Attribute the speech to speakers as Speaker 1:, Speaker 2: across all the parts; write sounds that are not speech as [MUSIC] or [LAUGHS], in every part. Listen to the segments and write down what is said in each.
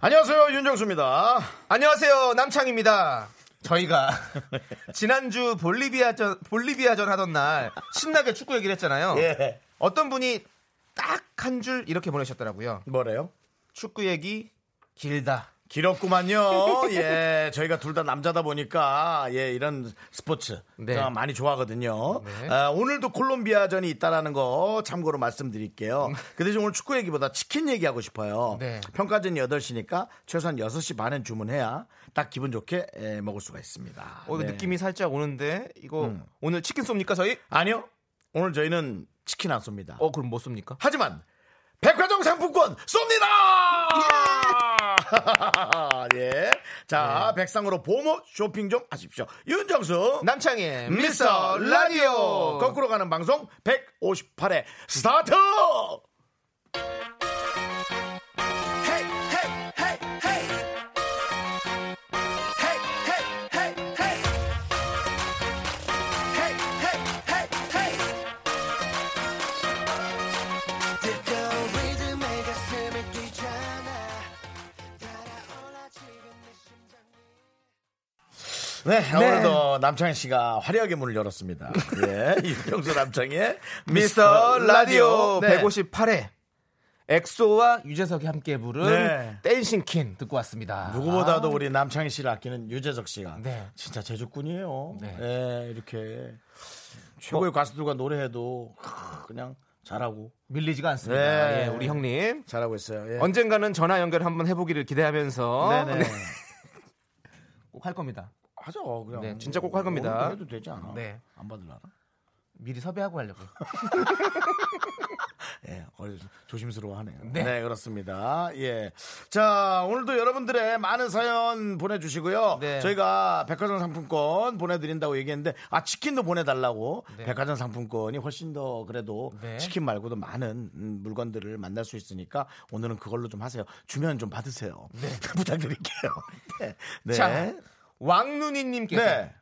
Speaker 1: 안녕하세요 윤정수입니다.
Speaker 2: 안녕하세요. 남창입니다. 저희가 [LAUGHS] 지난주 볼리비아전 볼리비아전 하던 날 신나게 축구 얘기를 했잖아요.
Speaker 1: 예.
Speaker 2: 어떤 분이 딱 한 줄 이렇게 보내셨더라고요.
Speaker 1: 뭐래요?
Speaker 2: 축구 얘기 길다. [LAUGHS]
Speaker 1: 길었구만요. 예, 저희가 둘 다 남자다 보니까 예 이런 스포츠
Speaker 2: 네.
Speaker 1: 제가 많이 좋아하거든요.
Speaker 2: 네.
Speaker 1: 아, 오늘도 콜롬비아전이 있다라는 거 참고로 말씀드릴게요. 그 대신 오늘 축구 얘기보다 치킨 얘기하고 싶어요.
Speaker 2: 음. 네.
Speaker 1: 평가전이 8시니까 최소한 6시 반엔 주문해야 딱 기분 좋게 예, 먹을 수가 있습니다.
Speaker 2: 어, 이거
Speaker 1: 네. 음.
Speaker 2: 느낌이 살짝 오는데 이거 오늘 치킨 쏩니까 저희?
Speaker 1: 아니요. 오늘 저희는 치킨 안 쏩니다.
Speaker 2: 어 그럼 뭐 쏩니까?
Speaker 1: 하지만 백화점 상품권 예! 쏩니다. [LAUGHS] 예. 자, 백상으로 보모 쇼핑 좀 하십시오. 윤정수
Speaker 2: 남창의
Speaker 1: 미스터 라디오 거꾸로 가는 방송 158회 스타트. 헤이, 헤이, 헤이, 헤이. 헤이, 헤이, 헤이, 헤이. 헤이, 헤이, 헤이, 헤이. 네, 오늘도 남창희 씨가 화려하게 문을
Speaker 2: [LAUGHS]
Speaker 1: 열었습니다. 예, 윤정수 남창희의
Speaker 2: 미스터 라디오
Speaker 1: 네.
Speaker 2: 158회 엑소와 유재석이 함께 부른
Speaker 1: 네.
Speaker 2: 댄싱퀸 듣고 왔습니다.
Speaker 1: 누구보다도 우리 남창희 씨를 아끼는 유재석 씨가
Speaker 2: 네.
Speaker 1: 진짜 제주꾼이에요.
Speaker 2: 네. 어.
Speaker 1: 예, 이렇게 최고의 가수들과 노래해도 그냥 잘하고
Speaker 2: 밀리지가 않습니다.
Speaker 1: 네.
Speaker 2: 예, 우리 형님
Speaker 1: 잘하고 있어요. 예.
Speaker 2: 네. 언젠가는 전화 연결 한번 해보기를 기대하면서
Speaker 1: 네네.
Speaker 2: 꼭 할 겁니다.
Speaker 1: 하죠. 그냥
Speaker 2: 네, 진짜 꼭할 겁니다.
Speaker 1: 오늘도 해도 되지 않아.
Speaker 2: 네.
Speaker 1: 안 받을라나?
Speaker 2: 미리 섭외하고 하려고. 요
Speaker 1: 예, 어리- 조심스러워하네요. 네.
Speaker 2: 네.
Speaker 1: 그렇습니다. 예. 자, 오늘도 여러분들의 많은 사연 보내주시고요.
Speaker 2: 네.
Speaker 1: 저희가 백화점 상품권 보내드린다고 얘기했는데, 아, 치킨도 보내달라고.
Speaker 2: 네.
Speaker 1: 백화점 상품권이 훨씬 더 그래도
Speaker 2: 네.
Speaker 1: 치킨 말고도 많은 음, 물건들을 만날 수 있으니까 오늘은 그걸로 좀 하세요. 주면 좀 받으세요.
Speaker 2: 네.
Speaker 1: [LAUGHS] 부탁드릴게요. 네. 네.
Speaker 2: [LAUGHS] 자, 왕눈이님께서
Speaker 1: 네.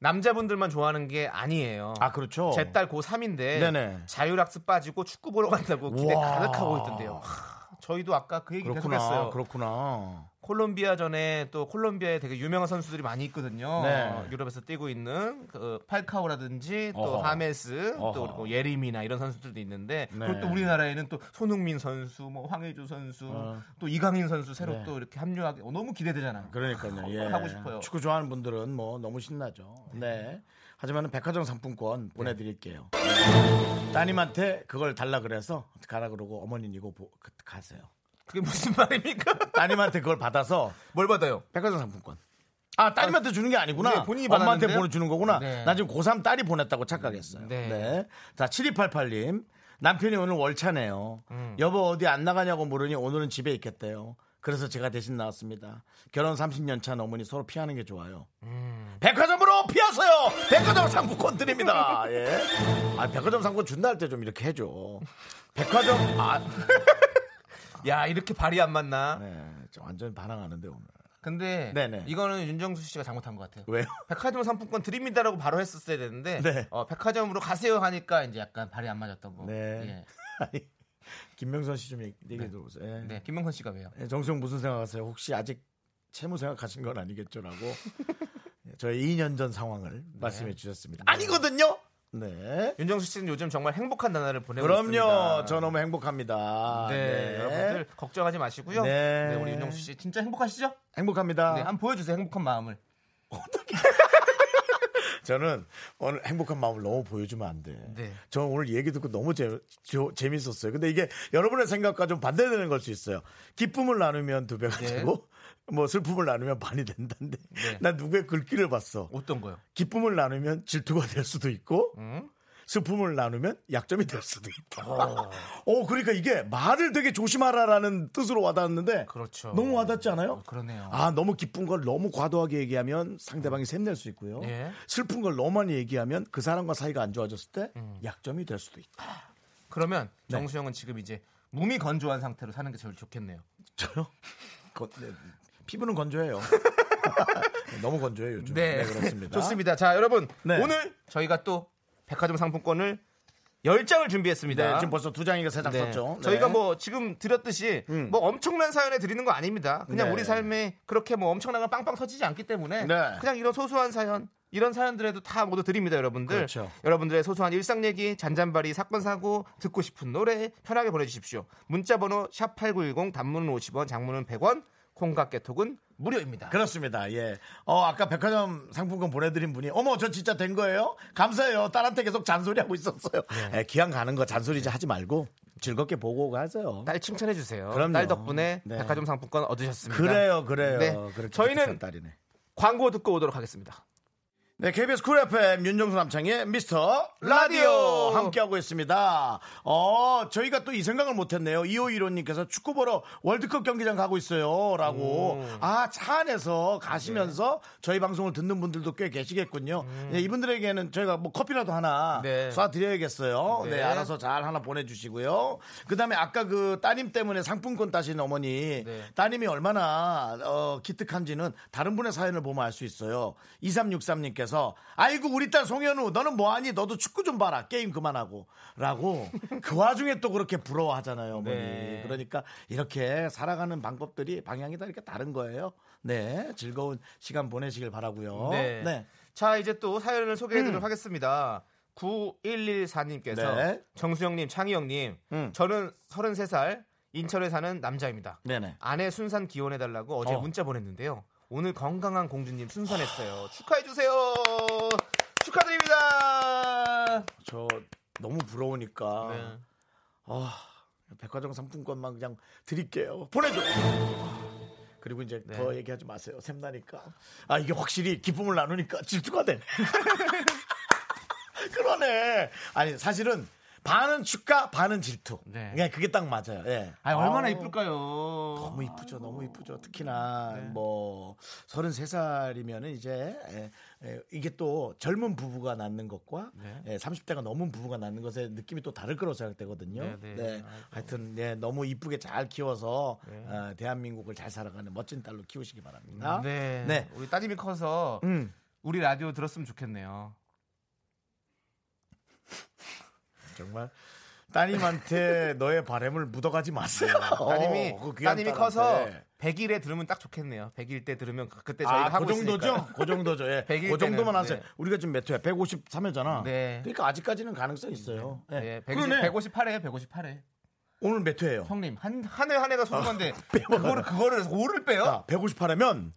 Speaker 2: 남자분들만 좋아하는 게 아니에요.
Speaker 1: 아, 그렇죠.
Speaker 2: 제 딸 고3인데
Speaker 1: 네네.
Speaker 2: 자율학습 빠지고 축구 보러 간다고 기대
Speaker 1: 우와.
Speaker 2: 가득하고 있던데요. 하, 저희도 아까 그 얘기
Speaker 1: 그렇구나.
Speaker 2: 계속했어요.
Speaker 1: 그렇구나.
Speaker 2: 콜롬비아전에 또 콜롬비아에 되게 유명한 선수들이 많이 있거든요.
Speaker 1: 네.
Speaker 2: 유럽에서 뛰고 있는 그 팔카오라든지 또
Speaker 1: 어허.
Speaker 2: 하메스
Speaker 1: 어허.
Speaker 2: 또 그리고 예림이나 이런 선수들도 있는데
Speaker 1: 네.
Speaker 2: 그리고 또 우리나라에는 또 손흥민 선수, 뭐 황의조 선수, 또 이강인 선수 새로
Speaker 1: 어. 네.
Speaker 2: 또 이렇게 합류하게 어, 너무 기대되잖아요.
Speaker 1: 그러니까요. 예.
Speaker 2: 하고 싶어요.
Speaker 1: 축구 좋아하는 분들은 뭐 너무 신나죠. 네. 하지만 백화점 상품권
Speaker 2: 네.
Speaker 1: 보내드릴게요. 따님한테 그걸 달라 그래서 가라 그러고 어머니는 이거 보- 가- 가세요.
Speaker 2: 그게 무슨 [LAUGHS] 말입니까?
Speaker 1: 따님한테 그걸 받아서
Speaker 2: 뭘 받아요?
Speaker 1: 백화점 상품권. 아 따님한테 주는 게 아니구나.
Speaker 2: 네, 본인이
Speaker 1: 엄마한테
Speaker 2: 받았는데요?
Speaker 1: 보내주는 거구나.
Speaker 2: 네.
Speaker 1: 나 지금 고3 딸이 보냈다고 착각했어요. 네.
Speaker 2: 네.
Speaker 1: 자 7288님 남편이 오늘 월차네요.
Speaker 2: 음.
Speaker 1: 여보 어디 안 나가냐고 물으니 오늘은 집에 있겠대요. 그래서 제가 대신 나왔습니다. 결혼 30년 차 어머니 서로 피하는 게 좋아요.
Speaker 2: 음.
Speaker 1: 백화점으로 피하세요. 백화점 상품권 드립니다. [LAUGHS] 예. 아 백화점 상품권 준다 할 때 좀 이렇게 해줘. 백화점 아 [LAUGHS]
Speaker 2: 야 이렇게 발이 안 맞나?
Speaker 1: 네, 저 완전 반항하는데 오늘.
Speaker 2: 근데
Speaker 1: 네네.
Speaker 2: 이거는 윤정수 씨가 잘못한 것 같아요.
Speaker 1: 왜요? [LAUGHS]
Speaker 2: 백화점 상품권 드립니다라고 바로 했었어야 되는데
Speaker 1: 네.
Speaker 2: 어, 백화점으로 가세요 하니까 이제 약간 발이 안 맞았던 거.
Speaker 1: 네. 아니, 김명선 씨 좀 얘기해 들어보세요. 예.
Speaker 2: 예. 네. 김명선 씨가 왜요?
Speaker 1: 예, 정수영 무슨 생각하세요? 혹시 아직 채무 생각하신 건
Speaker 2: [LAUGHS]
Speaker 1: 아니겠죠라고 예, 저의 2년 전 상황을
Speaker 2: 네.
Speaker 1: 말씀해 주셨습니다. 아니거든요. 네.
Speaker 2: 윤정수 씨는 요즘 정말 행복한 나날을 보내고 있습니다.
Speaker 1: 그럼요. 저 너무 행복합니다.
Speaker 2: 네, 여러분들 걱정하지 마시고요.
Speaker 1: 네. 아.
Speaker 2: 네. 우리 윤정수 씨 진짜 행복하시죠?
Speaker 1: 행복합니다.
Speaker 2: 네, 한번 보여주세요 행복한 마음을.
Speaker 1: 저는 오늘 행복한 마음을 너무 보여주면 안 돼.
Speaker 2: 네.
Speaker 1: 저는 오늘 얘기 듣고 너무 재, 저- 재밌었어요. 근데 이게 여러분의 생각과 좀 반대되는 걸 수 있어요. 기쁨을 나누면 두 배가
Speaker 2: 네.
Speaker 1: 되고 뭐 슬픔을 나누면 반이 된다는데
Speaker 2: 네.
Speaker 1: 난 누구의 글귀를 봤어.
Speaker 2: 어떤 거요?
Speaker 1: 기쁨을 나누면 질투가 될 수도 있고
Speaker 2: 음?
Speaker 1: 슬픔을 나누면 약점이 될 수도 있다. [LAUGHS] 어, 그러니까 이게 말을 되게 조심하라라는 뜻으로 와닿았는데
Speaker 2: 그렇죠.
Speaker 1: 너무 와닿지 않아요?
Speaker 2: 어, 그러네요.
Speaker 1: 아, 너무 기쁜 걸 너무 과도하게 얘기하면 상대방이 샘낼 수 있고요.
Speaker 2: 예.
Speaker 1: 슬픈 걸 너무 많이 얘기하면 그 사람과 사이가 안 좋아졌을 때
Speaker 2: 음.
Speaker 1: 약점이 될 수도 있다.
Speaker 2: 그러면
Speaker 1: 네.
Speaker 2: 정수 형은 지금 이제 몸이 건조한 상태로 사는 게 제일 좋겠네요.
Speaker 1: 저요? [LAUGHS] 거- 네, 피부는
Speaker 2: [LAUGHS]
Speaker 1: 건조해요. 너무 건조해요, 요즘. 네, 그렇습니다.
Speaker 2: 네. 좋습니다. 자, 여러분
Speaker 1: 네.
Speaker 2: 오늘 저희가 또 백화점 상품권을 10장을 준비했습니다.
Speaker 1: 네, 지금 벌써 두 장이가 세장
Speaker 2: 네.
Speaker 1: 썼죠. 네.
Speaker 2: 저희가 뭐 지금 드렸듯이
Speaker 1: 음.
Speaker 2: 뭐 엄청난 사연에 드리는 거 아닙니다. 그냥
Speaker 1: 네.
Speaker 2: 우리 삶에 그렇게 뭐 엄청난 건 빵빵 터지지 않기 때문에
Speaker 1: 네.
Speaker 2: 그냥 이런 소소한 사연 이런 사연들에도 다 모두 드립니다, 여러분들.
Speaker 1: 그렇죠.
Speaker 2: 여러분들의 소소한 일상 얘기, 잔잔바리, 사건 사고, 듣고 싶은 노래 편하게 보내주십시오. 문자번호 샵 #8910 단문은 50원, 장문은 100원, 콩과 깨톡은 무료입니다.
Speaker 1: 그렇습니다. 예. 어, 아까 백화점 상품권 보내드린 분이, 어머, 저 진짜 된 거예요? 감사해요. 딸한테 계속 잔소리하고 있었어요.
Speaker 2: 네.
Speaker 1: 예, 기왕 가는 거 잔소리 하지 말고 즐겁게 보고 가세요.
Speaker 2: 딸 칭찬해 주세요.
Speaker 1: 그럼요.
Speaker 2: 딸 덕분에
Speaker 1: 네.
Speaker 2: 백화점 상품권 얻으셨습니다.
Speaker 1: 그래요, 그래요.
Speaker 2: 네.
Speaker 1: 그렇게
Speaker 2: 저희는
Speaker 1: 착한 딸이네.
Speaker 2: 광고 듣고 오도록 하겠습니다.
Speaker 1: 네, KBS 쿨 FM 윤정수 남창의 미스터 라디오
Speaker 2: 라디오.
Speaker 1: 함께하고 있습니다. 어, 저희가 또 이 생각을 못했네요. 2515님께서 축구 보러 월드컵 경기장 가고 있어요. 라고. 아, 차 안에서 가시면서 저희 방송을 듣는 분들도 꽤 계시겠군요. 네, 이분들에게는 저희가 뭐 커피라도 하나
Speaker 2: 네.
Speaker 1: 쏴드려야겠어요. 네.
Speaker 2: 네.
Speaker 1: 알아서 잘 하나 보내주시고요. 그 다음에 아까 그 따님 때문에 상품권 따신 어머니
Speaker 2: 네.
Speaker 1: 따님이 얼마나 어, 기특한지는 다른 분의 사연을 보면 알 수 있어요. 2363님께서 아이고 우리 딸 송현우 너는 뭐하니 너도 축구 좀 봐라 게임 그만하고 라고
Speaker 2: [LAUGHS]
Speaker 1: 그 와중에 또 그렇게 부러워하잖아요 어머니.
Speaker 2: 네.
Speaker 1: 그러니까 이렇게 살아가는 방법들이 방향이 다 이렇게 다른 거예요. 네 즐거운 시간 보내시길 바라고요.
Speaker 2: 네. 음. 자, 이제 또 사연을 소개해드리도록 하겠습니다. 9114님께서
Speaker 1: 네.
Speaker 2: 정수영님, 창희영님,
Speaker 1: 음.
Speaker 2: 저는 33살 인천에 사는 남자입니다.
Speaker 1: 네네.
Speaker 2: 아내 순산 기원해달라고 어제
Speaker 1: 어.
Speaker 2: 문자 보냈는데요. 오늘 건강한 공주님 순산했어요. 축하해주세요. 축하드립니다.
Speaker 1: 저 너무 부러우니까
Speaker 2: 네.
Speaker 1: 아, 백화점 상품권만 그냥 드릴게요. 보내줘. 그리고 이제
Speaker 2: 네.
Speaker 1: 더 얘기하지 마세요. 샘나니까. 아 이게 확실히 기쁨을 나누니까 질투가 돼. [LAUGHS] 그러네. 아니 사실은 반은 축가, 반은 질투.
Speaker 2: 네.
Speaker 1: 그냥 그게 딱 맞아요. 예.
Speaker 2: 아, 얼마나
Speaker 1: 아우,
Speaker 2: 이쁠까요?
Speaker 1: 너무 이쁘죠,
Speaker 2: 아.
Speaker 1: 너무 이쁘죠. 특히나
Speaker 2: 네.
Speaker 1: 뭐 33살이면은 이제 예, 예, 이게 또 젊은 부부가 낳는 것과
Speaker 2: 네.
Speaker 1: 예, 30대가 넘은 부부가 낳는 것의 느낌이 또 다를 거라고 생각되거든요.
Speaker 2: 네,
Speaker 1: 네,
Speaker 2: 네. 아이고.
Speaker 1: 하여튼 예, 너무 이쁘게 잘 키워서
Speaker 2: 네.
Speaker 1: 어, 대한민국을 잘 살아가는 멋진 딸로 키우시기 바랍니다.
Speaker 2: 네.
Speaker 1: 네.
Speaker 2: 우리 따님이 커서
Speaker 1: 음.
Speaker 2: 우리 라디오 들었으면 좋겠네요.
Speaker 1: 정말 따님한테 너의 바램을 묻어가지 마세요.
Speaker 2: 네. 따님이
Speaker 1: [LAUGHS] 어, 그 귀한 네. 딸한테.
Speaker 2: 따님이 커서 100일에 들으면 딱 좋겠네요. 100일 때 들으면 그- 그때 저희가
Speaker 1: 아,
Speaker 2: 하고
Speaker 1: 그 정도죠?
Speaker 2: 있으니까.
Speaker 1: 그 정도죠. 예.
Speaker 2: [LAUGHS] 백일
Speaker 1: 그 정도만
Speaker 2: 때는,
Speaker 1: 하세요.
Speaker 2: 네.
Speaker 1: 우리가 지금 몇 회야? 153회잖아.
Speaker 2: 네.
Speaker 1: 그러니까 아직까지는 가능성 이 있어요. 예.
Speaker 2: 예, 1
Speaker 1: 그러네.
Speaker 2: 158회, 158회.
Speaker 1: 오늘 몇 회예요?
Speaker 2: 형님 한 한 회 한 해가 소는 건데
Speaker 1: 아, [LAUGHS] 빼먹어요.
Speaker 2: 그거를 그거를 5를 빼요?
Speaker 1: 아, 158회면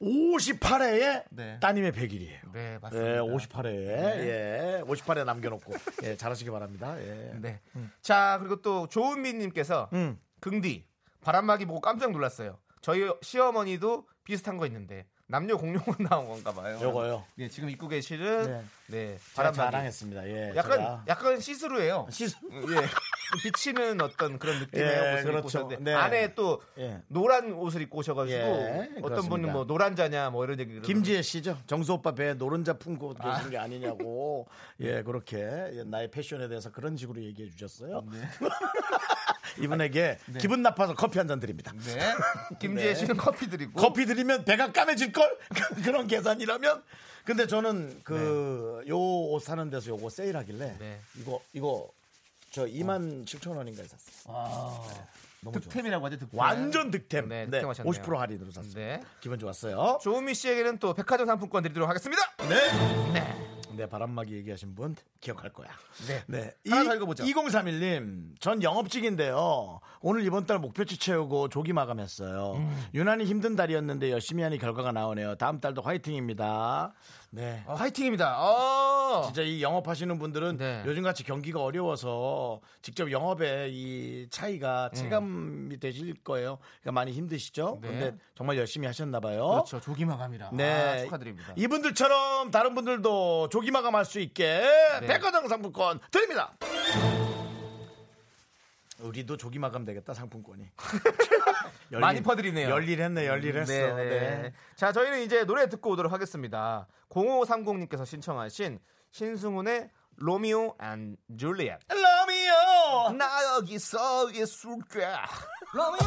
Speaker 1: 58회에
Speaker 2: 네.
Speaker 1: 따님의 100일이에요.
Speaker 2: 네, 맞습니다. 네.
Speaker 1: 예, 58회에 예, 58회 남겨놓고 예, 잘하시기 바랍니다. 예.
Speaker 2: 네. 자, 그리고 또 조은미님께서
Speaker 1: 음.
Speaker 2: 긍디 바람막이 보고 깜짝 놀랐어요. 저희 시어머니도 비슷한 거 있는데 남녀 공용으로 [LAUGHS] 나온 건가 봐요.
Speaker 1: 요거요.
Speaker 2: 네, 지금 입고 계시는
Speaker 1: 네.
Speaker 2: 네,
Speaker 1: 제가
Speaker 2: 바람막이.
Speaker 1: 자랑했습니다. 예,
Speaker 2: 약간
Speaker 1: 제가.
Speaker 2: 약간 시스루예요.
Speaker 1: 시스-
Speaker 2: 예. 비치는 어떤 그런 느낌의
Speaker 1: 예,
Speaker 2: 옷을
Speaker 1: 그렇죠.
Speaker 2: 입고 오셨는데
Speaker 1: 네.
Speaker 2: 안에 또
Speaker 1: 예.
Speaker 2: 노란 옷을 입고 오셔가지고
Speaker 1: 예,
Speaker 2: 어떤
Speaker 1: 그렇습니다.
Speaker 2: 분은 뭐 노란 자냐 뭐 이런 얘기를
Speaker 1: 김지혜 씨죠. 정수 오빠 배에 노른자 품고
Speaker 2: 아.
Speaker 1: 계신 게
Speaker 2: [LAUGHS]
Speaker 1: 아니냐고. 예, 그렇게 예, 나의 패션에 대해서 그런 식으로 얘기해 주셨어요. [LAUGHS]
Speaker 2: 아,
Speaker 1: 이분에게 기분 나빠서 커피 한 잔 드립니다.
Speaker 2: 네. [LAUGHS] 김지혜
Speaker 1: 네.
Speaker 2: 씨는 커피 드리고
Speaker 1: 커피 드리면 배가 까매질 걸 [LAUGHS] 그런 계산이라면. 근데 저는 그 요 옷 사는 데서 요거 세일하길래
Speaker 2: 네. 어.
Speaker 1: 이거 이거 저 2만 7천 원인가에 샀어요. 너무 좋아.
Speaker 2: 아. 득템이라고 하죠. 득템.
Speaker 1: 완전 득템.
Speaker 2: 네,
Speaker 1: 네,
Speaker 2: 득템하셨네요.
Speaker 1: 50% 할인으로 샀어요.
Speaker 2: 네.
Speaker 1: 기분 좋았어요.
Speaker 2: 조은미 씨에게는 또 백화점 상품권 드리도록 하겠습니다.
Speaker 1: 네.
Speaker 2: 네.
Speaker 1: 네, 바람막이 얘기하신 분 기억할 거야.
Speaker 2: 네.
Speaker 1: 네.
Speaker 2: 하나 더 읽어보죠.
Speaker 1: 2031님, 전 영업직인데요. 오늘 이번 달 목표치 채우고 조기
Speaker 2: 음.
Speaker 1: 마감했어요. 유난히 힘든 달이었는데 열심히 하니 결과가 나오네요. 다음 달도 화이팅입니다. 네.
Speaker 2: 어, 화이팅입니다. 어.
Speaker 1: 진짜 이 영업하시는 분들은
Speaker 2: 네.
Speaker 1: 요즘같이 경기가 어려워서 직접 영업의 이 차이가 체감이 되실 거예요. 그러니까 많이 힘드시죠?
Speaker 2: 음. 네.
Speaker 1: 근데 정말 열심히 하셨나 봐요.
Speaker 2: 그렇죠. 조기 마감이라. 아, 축하드립니다.
Speaker 1: 네. 이분들처럼 다른 분들도 조기 마감할 수 있게
Speaker 2: 네.
Speaker 1: 백화점 상품권 드립니다. 우리도 조기 마감 되겠다 [LAUGHS] 상품권이. 열일-
Speaker 2: 많이 퍼드리네요.
Speaker 1: 열일했네, 열일했어.
Speaker 2: 네, 네.
Speaker 1: 네.
Speaker 2: 자, 저희는 이제 노래 듣고 오도록 하겠습니다. 0530님께서 신청하신 신승훈의 로미오 앤 줄리엣.
Speaker 1: 러미오.
Speaker 2: 나 여기서 예술게.
Speaker 1: 러미오.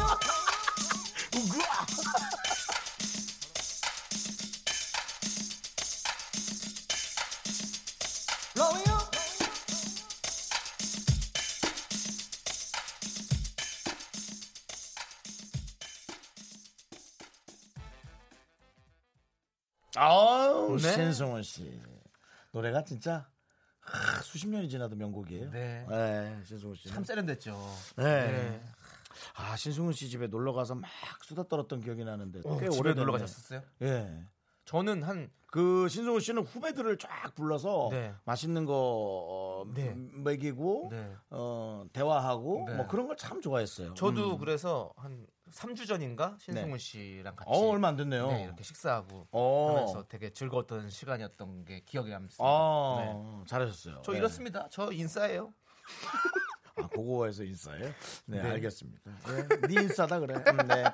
Speaker 1: 아우
Speaker 2: 네.
Speaker 1: 신승원 씨 노래가 진짜 하, 수십 년이 지나도 명곡이에요.
Speaker 2: 네.
Speaker 1: 신승훈 씨.
Speaker 2: 참 세련됐죠.
Speaker 1: 네. 아 신승훈 씨 집에 놀러 가서 막 수다 떨었던 기억이 나는데
Speaker 2: 꽤
Speaker 1: 꽤
Speaker 2: 오래
Speaker 1: 오래
Speaker 2: 어, 놀러 가셨었어요?
Speaker 1: 예.
Speaker 2: 저는 한
Speaker 1: 그 신승훈 씨는 후배들을 쫙 불러서
Speaker 2: 네.
Speaker 1: 맛있는 거 어,
Speaker 2: 네.
Speaker 1: 먹이고
Speaker 2: 네.
Speaker 1: 어, 대화하고
Speaker 2: 네.
Speaker 1: 뭐 그런 걸 참 좋아했어요. 음.
Speaker 2: 저도 그래서 한 3주 전인가 신승훈
Speaker 1: 네.
Speaker 2: 씨랑 같이
Speaker 1: 어 얼마 안 됐네요.
Speaker 2: 네, 이렇게 식사하고
Speaker 1: 어.
Speaker 2: 하면서 되게 즐거웠던 시간이었던 게 기억에 남습니다. 네.
Speaker 1: 아 잘하셨어요.
Speaker 2: 저
Speaker 1: 네.
Speaker 2: 이렇습니다. 저 인싸예요.
Speaker 1: 아, 고고에서 인싸예요? 네,
Speaker 2: 네.
Speaker 1: 알겠습니다. 네, 네 인싸다 그래. 음, 네.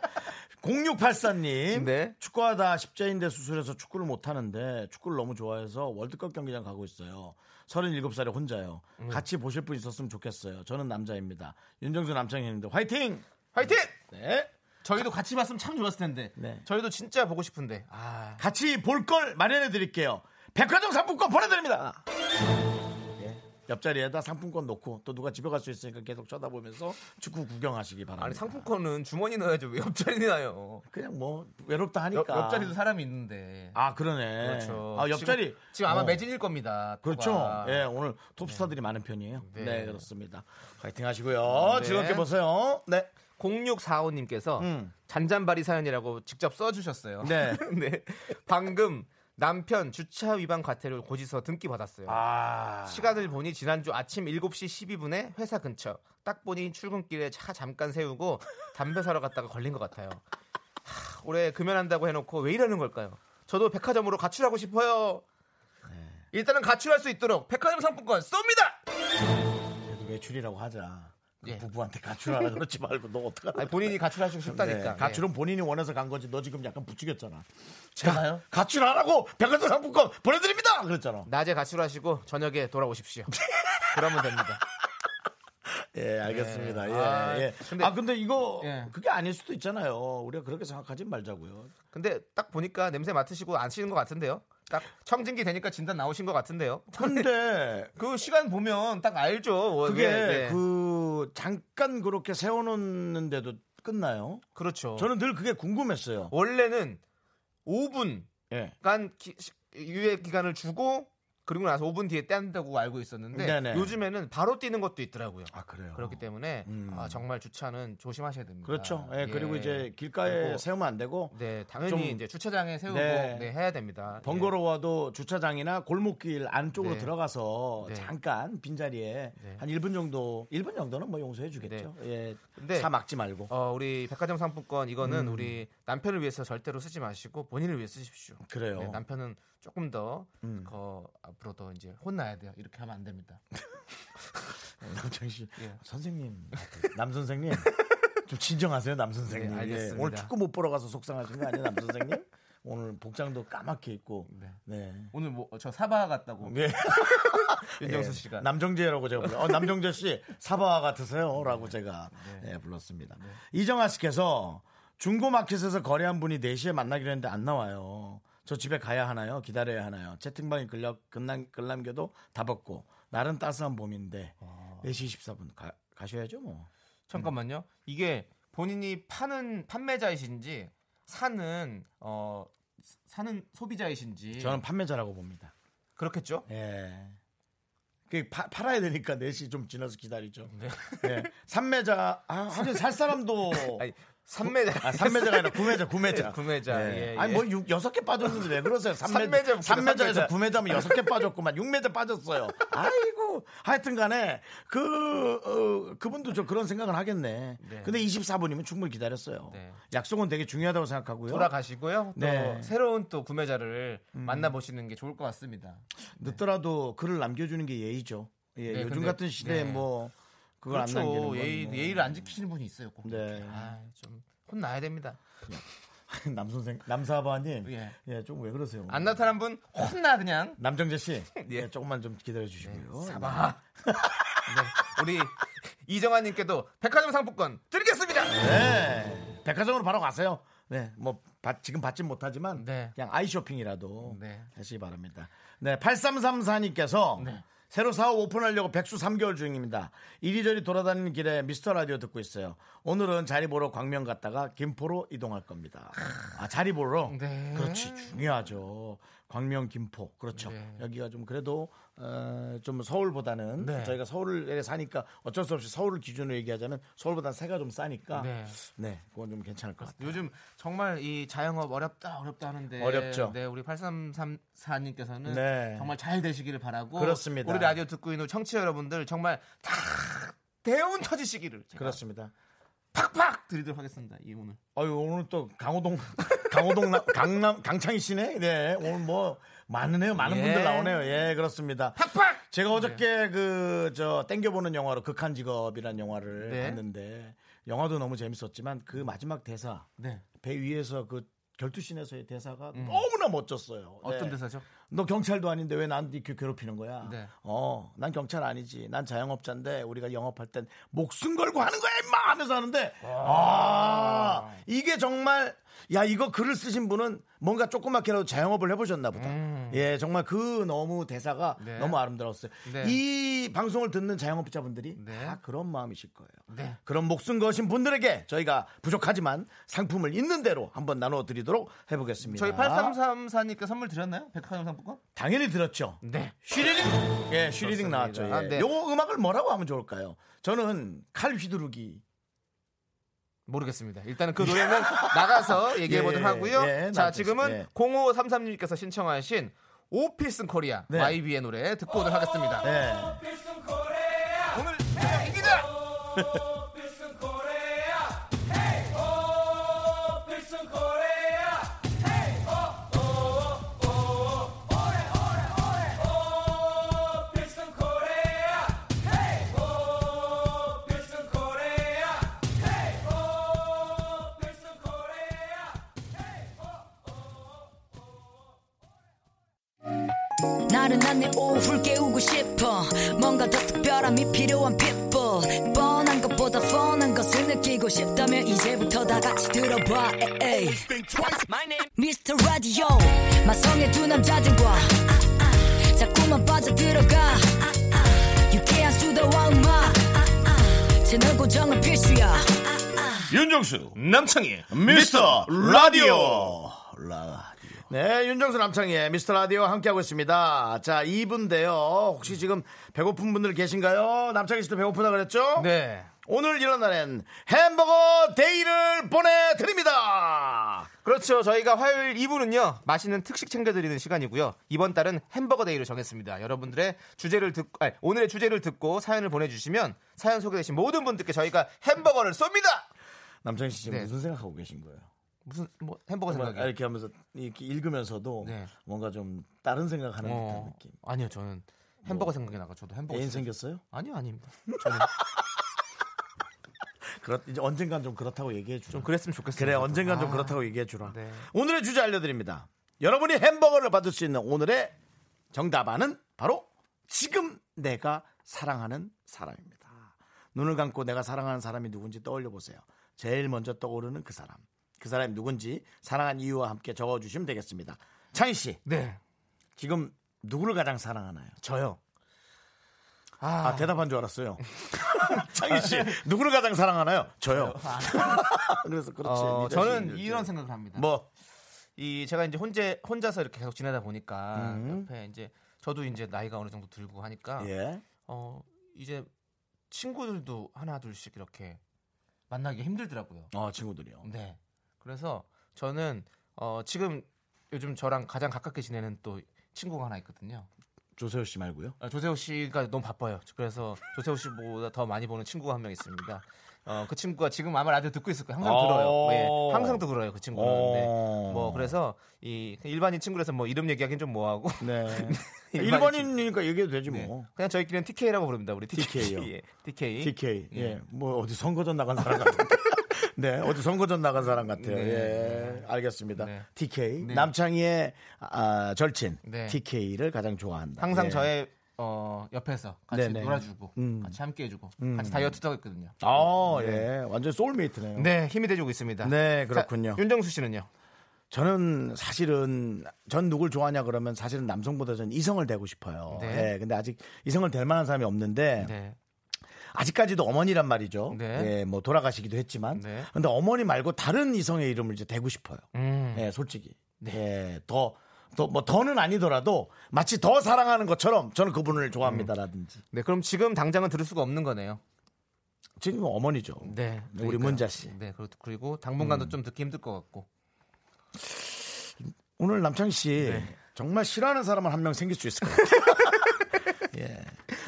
Speaker 1: 0684님
Speaker 2: 네.
Speaker 1: 축구하다 십자인대 수술해서 축구를 못하는데 축구를 너무 좋아해서 월드컵 경기장 가고 있어요. 37살에 혼자요.
Speaker 2: 음.
Speaker 1: 같이 보실 분 있었으면 좋겠어요. 저는 남자입니다. 윤정수 남창희인데 화이팅!
Speaker 2: 화이팅!
Speaker 1: 네.
Speaker 2: 저희도 같이 봤으면 참 좋았을 텐데.
Speaker 1: 네.
Speaker 2: 저희도 진짜 보고 싶은데. 아.
Speaker 1: 같이 볼 걸 마련해 드릴게요. 백화점 상품권 보내드립니다. 예. 옆자리에다 상품권 놓고 또 누가 집에 갈 수 있으니까 계속 쳐다보면서 축구 구경하시기 바랍니다.
Speaker 2: 아니 상품권은 주머니 넣어야지 왜 옆자리 나요?
Speaker 1: 그냥 뭐 외롭다 하니까.
Speaker 2: 옆, 옆자리도 사람이 있는데.
Speaker 1: 아 그러네.
Speaker 2: 그렇죠.
Speaker 1: 아 옆자리
Speaker 2: 지금, 지금 아마
Speaker 1: 어.
Speaker 2: 매진일 겁니다.
Speaker 1: 그렇죠.
Speaker 2: 토가.
Speaker 1: 예 오늘 톱스타들이 많은 편이에요.
Speaker 2: 네.
Speaker 1: 네. 그렇습니다. 파이팅 하시고요.
Speaker 2: 네.
Speaker 1: 즐겁게 보세요. 네.
Speaker 2: 0645님께서
Speaker 1: 음.
Speaker 2: 잔잔바리 사연이라고 직접 써주셨어요.
Speaker 1: 네.
Speaker 2: [LAUGHS] 네. 방금 남편 주차 위반 과태료 고지서 등기 받았어요.
Speaker 1: 아
Speaker 2: 시간을 보니 지난주 아침 7시 12분에 회사 근처 딱 보니 출근길에 차 잠깐 세우고 담배 사러 갔다가 걸린 것 같아요. 하, 올해 금연한다고 해놓고 왜 이러는 걸까요? 저도 백화점으로 가출하고 싶어요.
Speaker 1: 네.
Speaker 2: 일단은 가출할 수 있도록 백화점 상품권 쏩니다.
Speaker 1: 그래도 외출이라고 하자. 그
Speaker 2: 예.
Speaker 1: 부부한테 가출하라 그러지 말고 너 어떡하나.
Speaker 2: 아니, 본인이 가출하시고 싶다니까.
Speaker 1: 네. 가출은 본인이 원해서 간 거지. 너 지금 약간 부추겼잖아.
Speaker 2: 제가요?
Speaker 1: 가- 가출하라고 백화점 상품권 보내드립니다. 그랬잖아.
Speaker 2: 예. 낮에 가출하시고 저녁에 돌아오십시오. [LAUGHS] 그러면 됩니다.
Speaker 1: 예, 알겠습니다.
Speaker 2: 네.
Speaker 1: 예,
Speaker 2: 아,
Speaker 1: 예.
Speaker 2: 근데-
Speaker 1: 아 근데 이거
Speaker 2: 예.
Speaker 1: 그게 아닐 수도 있잖아요. 우리가 그렇게 생각하지 말자고요.
Speaker 2: 근데 딱 보니까 냄새 맡으시고 안 치는 것 같은데요. 딱 청진기 되니까 진단 나오신 것 같은데요.
Speaker 1: [LAUGHS] 근데
Speaker 2: 그 시간 보면 딱 알죠.
Speaker 1: 그게
Speaker 2: 네, 네.
Speaker 1: 그 잠깐 그렇게 세워놓는데도 끝나요?
Speaker 2: 그렇죠.
Speaker 1: 저는 늘 그게 궁금했어요.
Speaker 2: 원래는 5분간
Speaker 1: 예.
Speaker 2: 기- 시- 유예 기간을 주고 그리고 나서 5분 뒤에 뗀다고 알고 있었는데
Speaker 1: 네네.
Speaker 2: 요즘에는 바로 뛰는 것도 있더라고요.
Speaker 1: 아 그래요.
Speaker 2: 그렇기 때문에
Speaker 1: 음.
Speaker 2: 아, 정말 주차는 조심하셔야 됩니다.
Speaker 1: 그렇죠. 예, 그리고
Speaker 2: 예.
Speaker 1: 이제 길가에
Speaker 2: 그리고-
Speaker 1: 세우면 안 되고
Speaker 2: 네 당연히
Speaker 1: 좀-
Speaker 2: 이제 주차장에 세우고
Speaker 1: 네.
Speaker 2: 네, 해야 됩니다.
Speaker 1: 번거로워도 주차장이나 골목길 안쪽으로
Speaker 2: 네.
Speaker 1: 들어가서
Speaker 2: 네.
Speaker 1: 잠깐 빈자리에
Speaker 2: 네.
Speaker 1: 한 1분 정도 1분 정도는 뭐 용서해 주겠죠. 예.
Speaker 2: 근데-
Speaker 1: 차 막지 말고.
Speaker 2: 어, 우리 백화점 상품권
Speaker 1: 음.
Speaker 2: 이거는 우리 남편을 위해서 절대로 쓰지 마시고 본인을 위해 쓰십시오.
Speaker 1: 그래요.
Speaker 2: 네, 남편은 조금 더
Speaker 1: 음.
Speaker 2: 거- 앞으로 더 이제 혼나야 돼요. 이렇게 하면 안 됩니다.
Speaker 1: 음, 남창 씨,
Speaker 2: 예.
Speaker 1: 선생님, 남
Speaker 2: [LAUGHS]
Speaker 1: 선생님, 좀 진정하세요, 남 선생님.
Speaker 2: 네,
Speaker 1: 예.
Speaker 2: 알겠습니다.
Speaker 1: 오늘 축구 못 보러 가서 속상하신 거 아니에요, 남 선생님? 오늘 복장도 까맣게 입고.
Speaker 2: 네.
Speaker 1: 네.
Speaker 2: 오늘 뭐 저 사바 갔다고
Speaker 1: 예.
Speaker 2: 윤정수
Speaker 1: 예.
Speaker 2: 씨가
Speaker 1: 남정재라고 제가 불러요. 어, 남정재 씨 사바와
Speaker 2: 네.
Speaker 1: 같으세요라고 제가 예, 불렀습니다. 이정아 씨께서 중고마켓에서 거래한 분이 4시에 만나기로 했는데 안 나와요. 저 집에 가야 하나요? 기다려야 하나요? 채팅방에 글려, 글남, 글남겨도 답 없고 나름 따스한 봄인데
Speaker 2: 어.
Speaker 1: 4시 24분 가, 가셔야죠 뭐.
Speaker 2: 잠깐만요. 이게 본인이 파는 판매자이신지 사는 어 사는 소비자이신지
Speaker 1: 저는 판매자라고 봅니다.
Speaker 2: 그렇겠죠.
Speaker 1: 예. 그 파- 팔아야
Speaker 2: 네.
Speaker 1: 되니까 4시 좀 지나서 기다리죠. 예. 삼매자 아, 하긴 살 사람도
Speaker 2: [LAUGHS] 아니, 삼매자.
Speaker 1: 아, 삼매자가 아니라 구매자, 구매자.
Speaker 2: [LAUGHS] 구매자,
Speaker 1: 예.
Speaker 2: 예, 예.
Speaker 1: 아니, 뭐, 육, 여섯 개 빠졌는데 왜 그러세요?
Speaker 2: 삼매자
Speaker 1: 삼매자.
Speaker 2: 웃기다,
Speaker 1: 삼매자 에서
Speaker 2: 삼매자.
Speaker 1: 구매자면 여섯 개 빠졌구만. 육매자 빠졌어요. 아이고. 하여튼 간에, 그, 어, 그분도 저 그런 생각을 하겠네.
Speaker 2: 네.
Speaker 1: 근데 24분이면 충분히 기다렸어요.
Speaker 2: 네.
Speaker 1: 약속은 되게 중요하다고 생각하고요.
Speaker 2: 돌아가시고요. 또
Speaker 1: 네. 음.
Speaker 2: 새로운 또 구매자를 만나보시는 게 좋을 것 같습니다.
Speaker 1: 늦더라도 글을 남겨주는 게 예의죠. 예,
Speaker 2: 네,
Speaker 1: 요즘
Speaker 2: 근데-
Speaker 1: 같은 시대에
Speaker 2: 네.
Speaker 1: 뭐, 그걸 안 남기는
Speaker 2: 그렇죠.
Speaker 1: 건
Speaker 2: 예의,
Speaker 1: 뭐.
Speaker 2: 예의를 안 지키시는 분이 있어요. 꼭
Speaker 1: 네.
Speaker 2: 이렇게. 아, 좀 혼나야 됩니다.
Speaker 1: [LAUGHS] 남선생, 남사바님. 예.
Speaker 2: 예.
Speaker 1: 조금 왜 그러세요?
Speaker 2: 안 나타난 분 혼나 그냥.
Speaker 1: 남정재 씨.
Speaker 2: [LAUGHS] 예.
Speaker 1: 예, 조금만 좀 기다려 주시고요. 네.
Speaker 2: 사바. [LAUGHS] 네. 우리 이정환님께도 백화점 상품권 드리겠습니다.
Speaker 1: 네. 백화점으로 바로 가세요. 네. 뭐 받- 지금 받진 못하지만
Speaker 2: 네.
Speaker 1: 그냥 아이쇼핑이라도
Speaker 2: 네.
Speaker 1: 하시기 바랍니다. 네. 8334님께서 새로 사업 오픈하려고 백수 3개월 중입니다. 이리저리 돌아다니는 길에 미스터 라디오 듣고 있어요. 오늘은 자리 보러 광명 갔다가 김포로 이동할 겁니다. 아, 자리 보러?
Speaker 2: 네.
Speaker 1: 그렇지. 중요하죠. 광명, 김포. 그렇죠.
Speaker 2: 네.
Speaker 1: 여기가 좀 그래도 어, 좀 서울보다는
Speaker 2: 네.
Speaker 1: 저희가 서울에 사니까 어쩔 수 없이 서울을 기준으로 얘기하자면 서울보다 세가 좀 싸니까 네,
Speaker 2: 네.
Speaker 1: 그건 좀 괜찮을 것 같아요.
Speaker 2: 요즘 정말 이 자영업 어렵다 어렵다 하는데
Speaker 1: 어렵죠.
Speaker 2: 네, 우리 8334님께서는
Speaker 1: 네.
Speaker 2: 정말 잘 되시기를 바라고
Speaker 1: 그렇습니다.
Speaker 2: 우리 라디오 듣고 있는 청취자 여러분들 정말 다 대운 터지시기를 제가
Speaker 1: 그렇습니다.
Speaker 2: 팍팍 드리도록 하겠습니다. 이 오늘.
Speaker 1: 아유 오늘 또 강호동 [LAUGHS] 강호동 나- 강남 강창희 씨네. 네 오늘 뭐 많으네요. 많은
Speaker 2: 예.
Speaker 1: 분들 나오네요. 예 그렇습니다.
Speaker 2: 팍팍
Speaker 1: 제가 어저께 그 저 땡겨보는 영화로 극한 직업이라는 영화를
Speaker 2: 네.
Speaker 1: 봤는데 영화도 너무 재밌었지만 그 마지막 대사
Speaker 2: 네.
Speaker 1: 배 위에서 그 결투신에서의 대사가 너무나 음. 멋졌어요.
Speaker 2: 어떤
Speaker 1: 네.
Speaker 2: 대사죠?
Speaker 1: 너 경찰도 아닌데 왜 나한테 이렇게 괴롭히는 거야?
Speaker 2: 네.
Speaker 1: 어, 난 경찰 아니지. 난 자영업자인데 우리가 영업할 땐 목숨 걸고 하는 거야, 임마! 하면서 하는데, 아, 이게 정말, 야, 이거 글을 쓰신 분은 뭔가 조그맣게라도 자영업을 해보셨나 보다. 예, 정말 그 너무 대사가
Speaker 2: 음. 네.
Speaker 1: 너무 아름다웠어요.
Speaker 2: 네.
Speaker 1: 이 방송을 듣는 자영업자분들이
Speaker 2: 네.
Speaker 1: 다 그런 마음이실 거예요.
Speaker 2: 네.
Speaker 1: 그런 목숨 거신 분들에게 저희가 부족하지만 상품을 있는 대로 한번 나눠드리도록 해보겠습니다.
Speaker 2: 저희 8334님께 선물 드렸나요? 백화점 상품권?
Speaker 1: 당연히 들었죠.
Speaker 2: 네.
Speaker 1: 쉬리링 예 쉬리링
Speaker 2: 그렇습니다.
Speaker 1: 나왔죠 예.
Speaker 2: 아, 네.
Speaker 1: 요 음악을 뭐라고 하면 좋을까요 저는 칼 휘두르기
Speaker 2: 모르겠습니다. 일단은 그 노래는 [LAUGHS] 나가서 얘기해 보도록
Speaker 1: 예,
Speaker 2: 하고요.
Speaker 1: 예,
Speaker 2: 자,
Speaker 1: 나왔죠.
Speaker 2: 지금은
Speaker 1: 예.
Speaker 2: 0533님께서 신청하신 오피슨 코리아
Speaker 1: 네.
Speaker 2: YB의 노래 듣고 오도록 하겠습니다.
Speaker 1: 네.
Speaker 2: 오늘 내가 이기자!
Speaker 3: 나른한 내 오후를 깨우고 싶어 뭔가 더 특별함이 필요한 people 뻔한 것보다 뻔한 것을 느끼고 싶다면 이제부터 다 같이 들어봐 에이. Mr. Radio 마성의 두 남자들과 자꾸만 빠져들어가 유쾌한 수다와 음악 채널 고정은 필수야
Speaker 1: 윤정수 남창희 미스터 아, 라디오 네, 윤정수 남창희의 미스터 라디오 함께하고 있습니다. 자, 2부인데요. 혹시 지금 배고픈 분들 계신가요? 남창희 씨도 배고프다 그랬죠?
Speaker 2: 네.
Speaker 1: 오늘 이런 날엔 햄버거 데이를 보내드립니다.
Speaker 2: 그렇죠. 저희가 화요일 2부는요. 맛있는 특식 챙겨드리는 시간이고요. 이번 달은 햄버거 데이로 정했습니다. 여러분들의 주제를 듣고 아니, 오늘의 주제를 듣고 사연을 보내주시면 사연 소개되신 모든 분들께 저희가 햄버거를 쏩니다.
Speaker 1: 남창희 씨 지금
Speaker 2: 네.
Speaker 1: 무슨 생각하고 계신 거예요?
Speaker 2: 무슨 뭐 햄버거
Speaker 1: 정말
Speaker 2: 생각이?
Speaker 1: 이렇게 하면서 이렇게 읽으면서도
Speaker 2: 네.
Speaker 1: 뭔가 좀 다른 생각하는 듯한
Speaker 2: 어,
Speaker 1: 느낌.
Speaker 2: 아니요, 저는 햄버거 생각이 나가. 저도 햄버거.
Speaker 1: 애인
Speaker 2: 진짜-
Speaker 1: 생겼어요?
Speaker 2: 아니요, 아닙니다. 저는
Speaker 1: 그렇 이제 언젠간 좀 그렇다고 얘기해 주라.
Speaker 2: 좀 그랬으면 좋겠어요.
Speaker 1: 그래
Speaker 2: 저도.
Speaker 1: 언젠간 좀
Speaker 2: 아,
Speaker 1: 그렇다고 얘기해 주라.
Speaker 2: 네.
Speaker 1: 오늘의 주제 알려드립니다. 여러분이 햄버거를 받을 수 있는 오늘의 정답안은 바로 지금 내가 사랑하는 사람입니다. 눈을 감고 내가 사랑하는 사람이 누군지 떠올려 보세요. 제일 먼저 떠오르는 그 사람. 그 사람이 누군지 사랑한 이유와 함께 적어주시면 되겠습니다. 창희 씨,
Speaker 2: 네,
Speaker 1: 지금 누구를 가장 사랑하나요?
Speaker 2: 저요. 아,
Speaker 1: 아, 대답한 줄
Speaker 2: [LAUGHS]
Speaker 1: 알았어요. 창희 씨, 누구를 가장 사랑하나요? 저요. [LAUGHS] 그래서 그렇지.
Speaker 2: 어,
Speaker 1: 네
Speaker 2: 저는
Speaker 1: 자신을
Speaker 2: 이런
Speaker 1: 이제.
Speaker 2: 생각을 합니다.
Speaker 1: 뭐
Speaker 2: 이 제가 이제 혼자 혼자서 이렇게 계속 지내다 보니까 옆에 이제 저도 이제 나이가 어느 정도 들고 하니까
Speaker 1: 음. 예.
Speaker 2: 어 이제 친구들도 하나 둘씩 이렇게 만나기 힘들더라고요.
Speaker 1: 어, 친구들이요.
Speaker 2: 네. 그래서 저는 어, 지금 요즘 저랑 가장 가깝게 지내는 또 친구가 하나 있거든요.
Speaker 1: 조세호 씨 말고요.
Speaker 2: 아, 조세호 씨가 너무 바빠요. 그래서 조세호 씨보다 더 많이 보는 친구가 한 명 있습니다. 어, 그 친구가 지금 아마 라디오 듣고 있을 거예요. 항상
Speaker 1: 어.
Speaker 2: 들어요. 예, 항상 또 들어요. 그 친구는.
Speaker 1: 어.
Speaker 2: 네. 뭐 그래서 이 일반인 친구라서 뭐 이름 얘기하긴 좀 뭐하고
Speaker 1: 네.
Speaker 2: [LAUGHS] 일반인
Speaker 1: 일반인이니까 얘기해도 되지
Speaker 2: 네.
Speaker 1: 뭐.
Speaker 2: 그냥 저희끼리는 TK라고 부릅니다. 우리 TK.
Speaker 1: TK 요.
Speaker 2: [LAUGHS] 예, TK.
Speaker 1: TK.
Speaker 2: 네.
Speaker 1: 예. 뭐 어디 선거전 나간 사람 같아요. [LAUGHS] 네, 어디 선거전 나간 사람 같아요. 예, 알겠습니다.
Speaker 2: 네.
Speaker 1: TK
Speaker 2: 네.
Speaker 1: 남창희의 아, 절친
Speaker 2: 네.
Speaker 1: TK를 가장 좋아한다.
Speaker 2: 항상
Speaker 1: 예.
Speaker 2: 저의 어, 옆에서 같이
Speaker 1: 네네.
Speaker 2: 놀아주고
Speaker 1: 음.
Speaker 2: 같이 함께해주고 같이 다이어트도 하고 있거든요.
Speaker 1: 아, 예, 완전 소울메이트네요.
Speaker 2: 네, 힘이 돼주고 있습니다.
Speaker 1: 네, 그렇군요.
Speaker 2: 자, 윤정수 씨는요?
Speaker 1: 저는 사실은 전 누굴 좋아하냐 그러면 사실은 남성보다 전 이성을 대고 싶어요.
Speaker 2: 네.
Speaker 1: 예, 근데 아직 이성을 될 만한 사람이 없는데
Speaker 2: 네.
Speaker 1: 아직까지도 어머니란 말이죠.
Speaker 2: 네.
Speaker 1: 예, 뭐 돌아가시기도 했지만.
Speaker 2: 네.
Speaker 1: 근데 어머니 말고 다른 이성의 이름을 이제 대고 싶어요.
Speaker 2: 음.
Speaker 1: 예, 솔직히. 예, 더, 더, 뭐 더는 아니더라도 마치 더 사랑하는 것처럼 저는 그분을 좋아합니다라든지.
Speaker 2: 네, 그럼 지금 당장은 들을 수가 없는 거네요.
Speaker 1: 지금 어머니죠.
Speaker 2: 네.
Speaker 1: 우리
Speaker 2: 그러니까요. 음.
Speaker 1: 문자 씨.
Speaker 2: 네, 그리고, 그리고 당분간도 좀 듣기 힘들 것 같고.
Speaker 1: 오늘 남창희 씨
Speaker 2: 네.
Speaker 1: 정말 싫어하는 사람은 한 명 생길 수 있을 것 같아요.
Speaker 2: [LAUGHS]
Speaker 1: 예.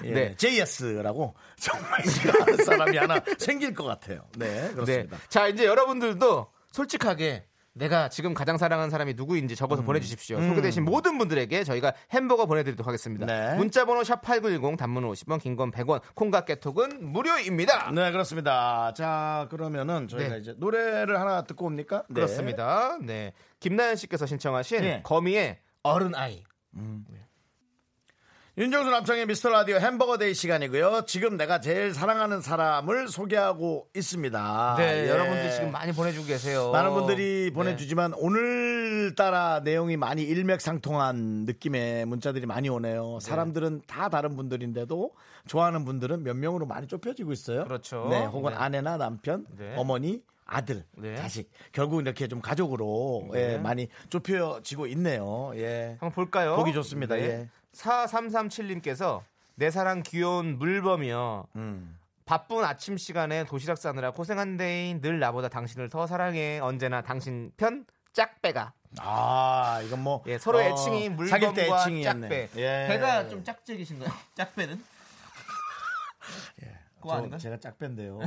Speaker 1: 예.
Speaker 2: 네.
Speaker 1: JS라고 정말 싫어하는 사람이 하나 생길 것 같아요. 네, 그렇습니다.
Speaker 2: 네. 자, 이제 여러분들도 솔직하게 내가 지금 가장 사랑하는 사람이 누구인지 적어서 보내주십시오. 소개되신 모든 분들에게 저희가 햄버거 보내드리도록 하겠습니다.
Speaker 1: 네.
Speaker 2: 문자번호 샵8910 단문은 50원, 긴 건 100원, 콩과 깨톡은 무료입니다.
Speaker 1: 네, 그렇습니다. 자, 그러면은 저희가
Speaker 2: 네.
Speaker 1: 이제 노래를 하나 듣고 옵니까? 네.
Speaker 2: 그렇습니다. 네. 김나연 씨께서 신청하신
Speaker 1: 네.
Speaker 2: 거미의 어른 아이.
Speaker 1: 윤정수 남창의 미스터 라디오 햄버거 데이 시간이고요. 지금 내가 제일 사랑하는 사람을 소개하고 있습니다.
Speaker 2: 네,
Speaker 1: 예.
Speaker 2: 여러분들 지금 많이 보내주고 계세요.
Speaker 1: 많은 분들이
Speaker 2: 네.
Speaker 1: 보내주지만 오늘따라 내용이 많이 일맥상통한 느낌의 문자들이 많이 오네요. 사람들은 다 다른 분들인데도 좋아하는 분들은 몇 명으로 많이 좁혀지고 있어요.
Speaker 2: 그렇죠.
Speaker 1: 네, 혹은
Speaker 2: 네.
Speaker 1: 아내나 남편,
Speaker 2: 네.
Speaker 1: 어머니, 아들,
Speaker 2: 네.
Speaker 1: 자식. 결국 이렇게 좀 가족으로
Speaker 2: 네.
Speaker 1: 예, 많이 좁혀지고 있네요. 예.
Speaker 2: 한번 볼까요?
Speaker 1: 보기 좋습니다, 예.
Speaker 2: 4337님께서 내 사랑 귀여운 물범이요.
Speaker 1: 음.
Speaker 2: 바쁜 아침 시간에 도시락 싸느라 고생한 데인 늘 나보다 당신을 더 사랑해 언제나 당신 편 짝배가
Speaker 1: 아, 이건 뭐
Speaker 2: 예, 서로
Speaker 1: 어,
Speaker 2: 애칭이
Speaker 1: 사귈 때
Speaker 2: 물범과
Speaker 1: 애칭이었네.
Speaker 2: 짝배
Speaker 1: 예.
Speaker 2: 배가 좀 짝짝이신가요?
Speaker 1: [LAUGHS]
Speaker 2: 짝배는? 그거
Speaker 1: 저-
Speaker 2: 아닌가?
Speaker 1: 제가
Speaker 2: [LAUGHS]
Speaker 1: 짝배인데요.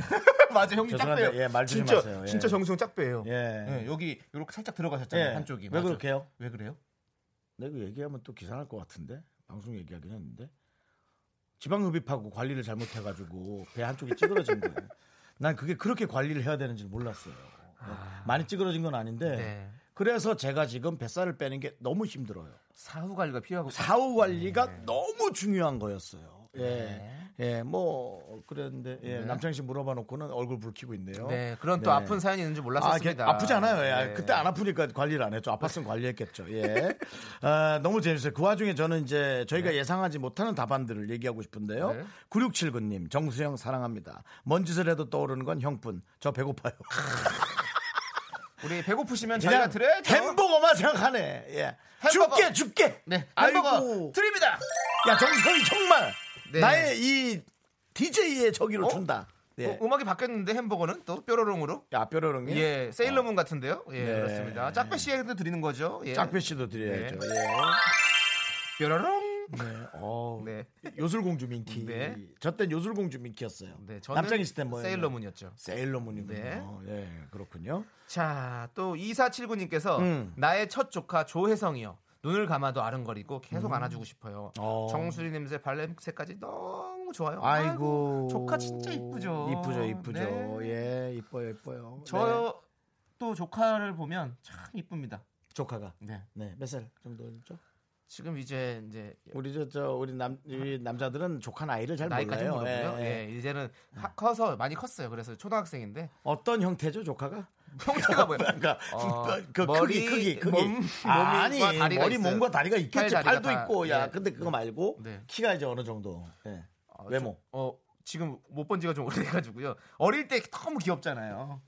Speaker 2: 맞아 형님
Speaker 1: 죄송한데,
Speaker 2: 짝배요.
Speaker 1: 예, 말좀
Speaker 2: 진짜
Speaker 1: 하세요. 예.
Speaker 2: 진짜 정수형 짝배예요.
Speaker 1: 예.
Speaker 2: 예, 여기 이렇게 살짝 들어가셨잖아요
Speaker 1: 예.
Speaker 2: 한쪽이.
Speaker 1: 왜
Speaker 2: 맞아.
Speaker 1: 그렇게요?
Speaker 2: 왜 그래요?
Speaker 1: 내가 얘기하면 또 기사날 것 같은데 방송 얘기하긴 했는데 지방 흡입하고 관리를 잘못해가지고 배 한쪽이 찌그러진 거예요. 난 그게 그렇게 관리를 해야 되는지 몰랐어요. 많이 찌그러진 건 아닌데
Speaker 2: 아. 네.
Speaker 1: 그래서 제가 지금 뱃살을 빼는 게 너무 힘들어요.
Speaker 2: 사후 관리가 필요하고
Speaker 1: 사후 관리가
Speaker 2: 네.
Speaker 1: 너무 중요한 거였어요. 예. 예, 뭐 그랬는데 예, 남창희 씨 물어봐 놓고는 얼굴 붉히고 있네요.
Speaker 2: 네, 그런 또
Speaker 1: 네.
Speaker 2: 아픈 사연이 있는 줄
Speaker 1: 아, 게-
Speaker 2: 몰랐습니다.
Speaker 1: 아프잖아요. 예.
Speaker 2: 네.
Speaker 1: 그때 안 아프니까 관리를 안 했죠. 아팠으면 관리했겠죠. 예. 아, 너무 재밌어요. 그 와중에 저는 이제 저희가 예상하지 못하는 답안들을 얘기하고 싶은데요.
Speaker 2: 네.
Speaker 1: 9679님, 정수영 사랑합니다. 뭔 짓을 해도 떠오르는 건 형뿐. 저 배고파요.
Speaker 2: 아, 우리 배고프시면 저희가 드려야죠.
Speaker 1: 햄버거만 생각하네. 예.
Speaker 2: 햄버거.
Speaker 1: 줄게, 줄게.
Speaker 2: 네,
Speaker 1: 아이고.
Speaker 2: 햄버거 드립니다.
Speaker 1: 야, 정수영이 정말
Speaker 2: 네.
Speaker 1: 나의 이 DJ의 저기를
Speaker 2: 어?
Speaker 1: 준다. 예.
Speaker 2: 어, 음악이 바뀌었는데 햄버거는 또 뾰로롱으로.
Speaker 1: 야, 뾰로롱이.
Speaker 2: 예, 세일러문 같은데요. 예,
Speaker 1: 네.
Speaker 2: 그렇습니다. 짝배 씨에게도 드리는 거죠. 예.
Speaker 1: 짝배 씨도 드려야죠.
Speaker 2: 네.
Speaker 1: 예.
Speaker 2: 뾰로롱.
Speaker 1: 네. 어우.
Speaker 2: 네.
Speaker 1: 요술공주 민키.
Speaker 2: 네.
Speaker 1: 저 땐 요술공주 민키였어요.
Speaker 2: 네, 저는
Speaker 1: 남창희 씨땐 뭐예요?
Speaker 2: 세일러문이었죠.
Speaker 1: 세일러문이군요.
Speaker 2: 네.
Speaker 1: 예, 그렇군요.
Speaker 2: 자, 또 2479님께서
Speaker 1: 음.
Speaker 2: 나의 첫 조카 조혜성이요. 눈을 감아도 아른거리고 계속 안아주고 싶어요.
Speaker 1: 음. 어.
Speaker 2: 정수리 냄새, 발냄새까지 너무 좋아요.
Speaker 1: 아이고.
Speaker 2: 조카 진짜 이쁘죠.
Speaker 1: 이쁘죠, 이쁘죠.
Speaker 2: 네.
Speaker 1: 예, 이뻐요, 이뻐요. 네.
Speaker 2: 저요 또 조카를 보면 참 이쁩니다.
Speaker 1: 조카가.
Speaker 2: 네.
Speaker 1: 네, 몇 살 정도죠?
Speaker 2: 지금 이제 이제
Speaker 1: 우리 저, 저 우리 남 우리 남자들은 조카 나이를 잘
Speaker 2: 예. 나이까지
Speaker 1: 몰라요.
Speaker 2: 모르고요.
Speaker 1: 예, 예.
Speaker 2: 예, 이제는 하- 커서 많이 컸어요. 그래서 [LAUGHS] 초등학생인데
Speaker 1: 어떤 형태죠, 조카가?
Speaker 2: 형태가 뭐예요? [LAUGHS]
Speaker 1: 그러니까
Speaker 2: 어,
Speaker 1: 그
Speaker 2: 머리,
Speaker 1: 크기, 크기, 크기.
Speaker 2: 몸,
Speaker 1: 아,
Speaker 2: 몸과
Speaker 1: 아니,
Speaker 2: 다리가
Speaker 1: 머리,
Speaker 2: 있어요.
Speaker 1: 몸과 다리가 있겠지.
Speaker 2: 팔, 다리가
Speaker 1: 팔도
Speaker 2: 다,
Speaker 1: 있고, 야,
Speaker 2: 예.
Speaker 1: 근데 그거 말고
Speaker 2: 네.
Speaker 1: 키가 이제 어느 정도. 예.
Speaker 2: 어,
Speaker 1: 외모.
Speaker 2: 저- 어 지금 못 본 지가 좀 오래돼가지고요. 어릴 때 너무 귀엽잖아요.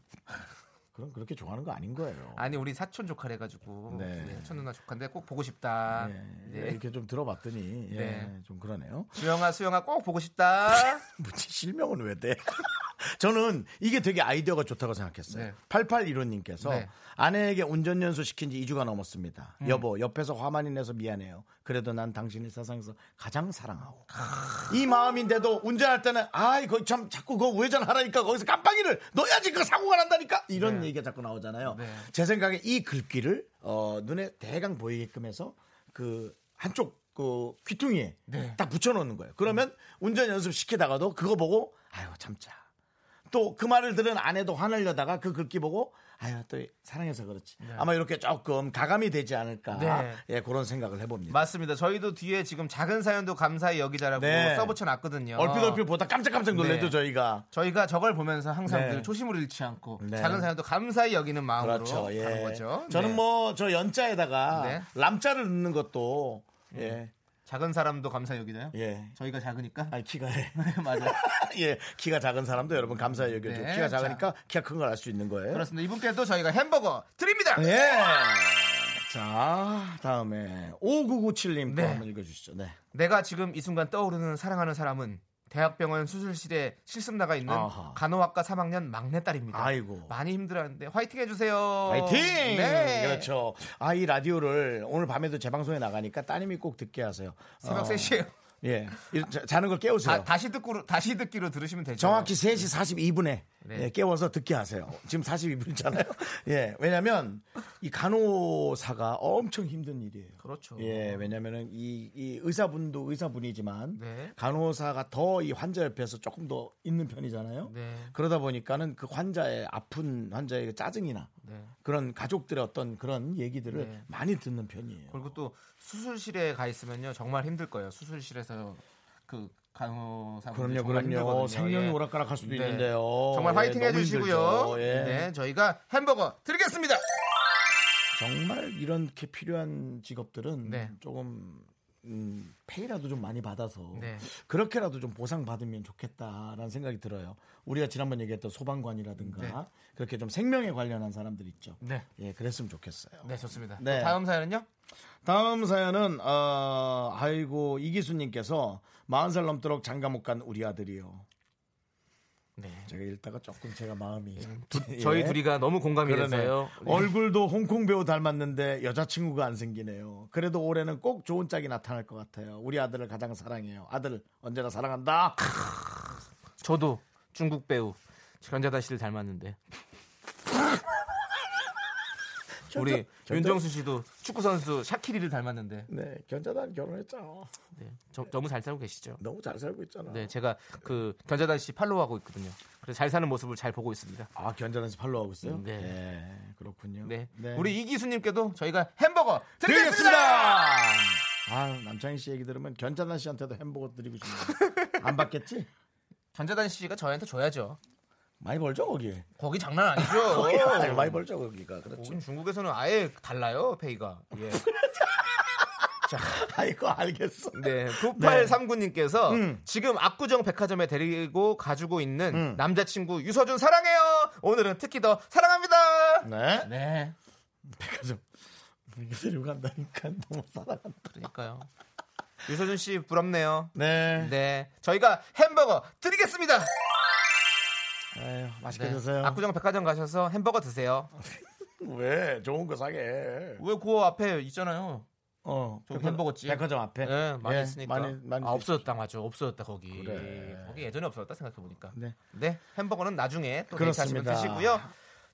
Speaker 1: 그럼 그렇게 좋아하는 거 아닌 거예요.
Speaker 2: 아니 우리 사촌 조카래가지고
Speaker 1: 네.
Speaker 2: 예, 촌 누나 조카인데 꼭 보고 싶다.
Speaker 1: 예,
Speaker 2: 네.
Speaker 1: 이렇게 좀 들어봤더니 예,
Speaker 2: 네.
Speaker 1: 좀 그러네요. [LAUGHS]
Speaker 2: [LAUGHS] 주영아 수영아 꼭 보고 싶다.
Speaker 1: 뭐지 실명은 왜 돼? [LAUGHS] 저는 이게 되게 아이디어가 좋다고 생각했어요.
Speaker 2: 네.
Speaker 1: 8815님께서
Speaker 2: 네. 음.
Speaker 1: 아내에게 운전 연수 시킨 지 2주가 넘었습니다. 여보, 옆에서 화만이 내서 미안해요. 그래도 난 당신을 세상에서 가장 사랑하고. 이 마음인데도 운전할 때는 아이, 거참 자꾸 그거 우회전 하라니까 거기서 깜빡이를 넣어야지 그 사고가 난다니까 이런
Speaker 2: 네.
Speaker 1: 얘기가 자꾸 나오잖아요.
Speaker 2: 네.
Speaker 1: 제 생각에 이 글귀를 어, 눈에 대강 보이게끔 해서 그 한쪽 그 귀퉁이에
Speaker 2: 네.
Speaker 1: 딱 붙여놓는 거예요. 그러면 운전 연습 시키다가도 그거 보고 아유 참자. 또 그 말을 들은 아내도 화내려다가 그 글귀 보고 아유 또 사랑해서 그렇지. 아마 이렇게 조금 가감이 되지 않을까
Speaker 2: 네.
Speaker 1: 예, 그런 생각을 해봅니다.
Speaker 2: 맞습니다. 저희도 뒤에 지금 작은 사연도 감사히 여기자라고
Speaker 1: 네.
Speaker 2: 써붙여 놨거든요.
Speaker 1: 얼핏 얼핏 보다 깜짝깜짝 놀래죠
Speaker 2: 네.
Speaker 1: 저희가.
Speaker 2: 저희가 저걸 보면서 항상
Speaker 1: 네.
Speaker 2: 늘 초심을 잃지 않고
Speaker 1: 네.
Speaker 2: 작은 사연도 감사히 여기는 마음으로
Speaker 1: 그렇죠. 예.
Speaker 2: 가는 거죠.
Speaker 1: 저는
Speaker 2: 네.
Speaker 1: 뭐 저 연자에다가
Speaker 2: 네. 음.
Speaker 1: 람자를 넣는 것도 예,
Speaker 2: 작은 사람도 감사히 여기나요?
Speaker 1: 예.
Speaker 2: 저희가 작으니까.
Speaker 1: 아니 키가
Speaker 2: [LAUGHS]
Speaker 1: 해.
Speaker 2: 네, 맞아요.
Speaker 1: [LAUGHS] 예, 키가 작은 사람도 여러분 감사히 여겨줘.
Speaker 2: 네,
Speaker 1: 키가 작으니까 키가 큰 걸 알 수 있는 거예요.
Speaker 2: 그렇습니다. 이분께도 저희가 햄버거 드립니다.
Speaker 1: 예. 자, 다음에 5997님 또
Speaker 2: 네.
Speaker 1: 한번 읽어주시죠. 네.
Speaker 2: 내가 지금 이 순간 떠오르는 사랑하는 사람은 대학병원 수술실에 실습 나가 있는
Speaker 1: 아하.
Speaker 2: 간호학과 3학년 막내딸입니다.
Speaker 1: 아이고.
Speaker 2: 많이 힘들었는데 화이팅 해주세요.
Speaker 1: 파이팅!
Speaker 2: 어, 네.
Speaker 1: 그렇죠. 아, 이 라디오를 오늘 밤에도 재방송에 나가니까 따님이 꼭 듣게 하세요.
Speaker 2: 새벽
Speaker 1: 어,
Speaker 2: 3시에요. 아,
Speaker 1: 예. 일- 자- 자는 걸 깨우세요.
Speaker 2: 다, 시 듣기로, 다시 듣기로 들으시면 되죠.
Speaker 1: 정확히 3시 42분에 예,
Speaker 2: 네.
Speaker 1: 깨워서 듣게 하세요. 지금 42분이잖아요. [LAUGHS] 예. 왜냐면 이 간호사가 엄청 힘든 일이에요.
Speaker 2: 그렇죠.
Speaker 1: 예, 왜냐면은 이, 이 의사분도 의사분이지만
Speaker 2: 네.
Speaker 1: 간호사가 더 이 환자 옆에서 조금 더 있는 편이잖아요.
Speaker 2: 네.
Speaker 1: 그러다 보니까는 그 환자의 아픈 환자의 그 짜증이나
Speaker 2: 네.
Speaker 1: 그런 가족들의 어떤 그런 얘기들을
Speaker 2: 네.
Speaker 1: 많이 듣는 편이에요.
Speaker 2: 그리고 또 수술실에 가 있으면요 정말 힘들 거예요. 수술실에서 그 간호사
Speaker 1: 그럼요, 그럼요. 생명이 오락가락할 수도 있는데요.
Speaker 2: 예. 네. 정말
Speaker 1: 예,
Speaker 2: 화이팅
Speaker 1: 너무
Speaker 2: 해주시고요.
Speaker 1: 힘들죠. 예.
Speaker 2: 네, 저희가 햄버거 드리겠습니다.
Speaker 1: 정말 이렇게 필요한 직업들은
Speaker 2: 네.
Speaker 1: 조금 음, 페이라도 좀 많이 받아서
Speaker 2: 네.
Speaker 1: 그렇게라도 좀 보상받으면 좋겠다라는 생각이 들어요. 우리가 지난번 얘기했던 소방관이라든가
Speaker 2: 네.
Speaker 1: 그렇게 좀 생명에 관련한 사람들 있죠.
Speaker 2: 네.
Speaker 1: 예, 그랬으면 좋겠어요.
Speaker 2: 네, 좋습니다.
Speaker 1: 네.
Speaker 2: 또 다음 사연은요?
Speaker 1: 다음 사연은 어, 아이고 이기수님께서 40살 넘도록 장가 못 간 우리 아들이요.
Speaker 2: 네.
Speaker 1: 제가 읽다가 조금 제가 마음이 [LAUGHS] 예.
Speaker 2: 저희 둘이가 너무 공감이
Speaker 1: 그러네요.
Speaker 2: 돼서요.
Speaker 1: 얼굴도 홍콩 배우 닮았는데 여자친구가 안 생기네요. 그래도 올해는 꼭 좋은 짝이 나타날 것 같아요. 우리 아들을 가장 사랑해요. 아들 언제나 사랑한다.
Speaker 2: 저도 중국 배우 전자다 씨를 닮았는데. 우리
Speaker 1: 견자-
Speaker 2: 윤정수 씨도 축구 선수 샤키리를 닮았는데
Speaker 1: 네, 견자단 결혼했잖아.
Speaker 2: 네, 저- 너무 잘 살고 계시죠?
Speaker 1: 너무 잘 살고 있잖아.
Speaker 2: 네, 제가 그 견자단 씨 팔로우하고 있거든요. 그래서 잘 사는 모습을 잘 보고 있습니다.
Speaker 1: 아, 견자단 씨 팔로우하고 있어요?
Speaker 2: 네.
Speaker 1: 네, 그렇군요.
Speaker 2: 네,
Speaker 1: 네.
Speaker 2: 우리 이기수님께도 저희가 햄버거 드리겠습니다.
Speaker 1: 드리겠습니다. 아, 남창희 씨 얘기 들으면 견자단 씨한테도 햄버거 드리고 싶네요. 안 받겠지?
Speaker 2: 견자단 씨가 저희한테 줘야죠.
Speaker 1: 많이 벌죠 거기에.
Speaker 2: [LAUGHS] 거기 장난 아니죠.
Speaker 1: 아, 많이 벌죠 거기가 그렇죠.
Speaker 2: 거긴 중국에서는 아예 달라요 페이가. 예.
Speaker 1: 아이고 알겠어.
Speaker 2: [LAUGHS] 네, 음. 9839님께서 지금 압구정 백화점에 데리고 가지고 있는 남자친구 유서준 사랑해요. 오늘은 특히 더 사랑합니다.
Speaker 1: 네.
Speaker 2: 네,
Speaker 1: 백화점. 이거 데리고 간다니까 너무 사랑한다.
Speaker 2: 그러니까요. 유서준 씨 부럽네요.
Speaker 1: 네.
Speaker 2: 네, 저희가 햄버거 드리겠습니다.
Speaker 1: 아유, 맛있게
Speaker 2: 네,
Speaker 1: 드세요.
Speaker 2: 압구정 백화점 가셔서 햄버거 드세요.
Speaker 1: 왜 좋은 거 사게?
Speaker 2: 왜 그 앞에 있잖아요.
Speaker 1: 어,
Speaker 2: 저기 햄버거집.
Speaker 1: 백화점 앞에.
Speaker 2: 예, 많이
Speaker 1: 예,
Speaker 2: 했으니까.
Speaker 1: 많이 많이.
Speaker 2: 아, 없어졌다 맞아. 없어졌다 거기.
Speaker 1: 그래.
Speaker 2: 거기 예전에 없어졌다 생각해 보니까.
Speaker 1: 네.
Speaker 2: 네. 햄버거는 나중에 또
Speaker 1: 그렇습니다.
Speaker 2: 데이트하시면 드시고요.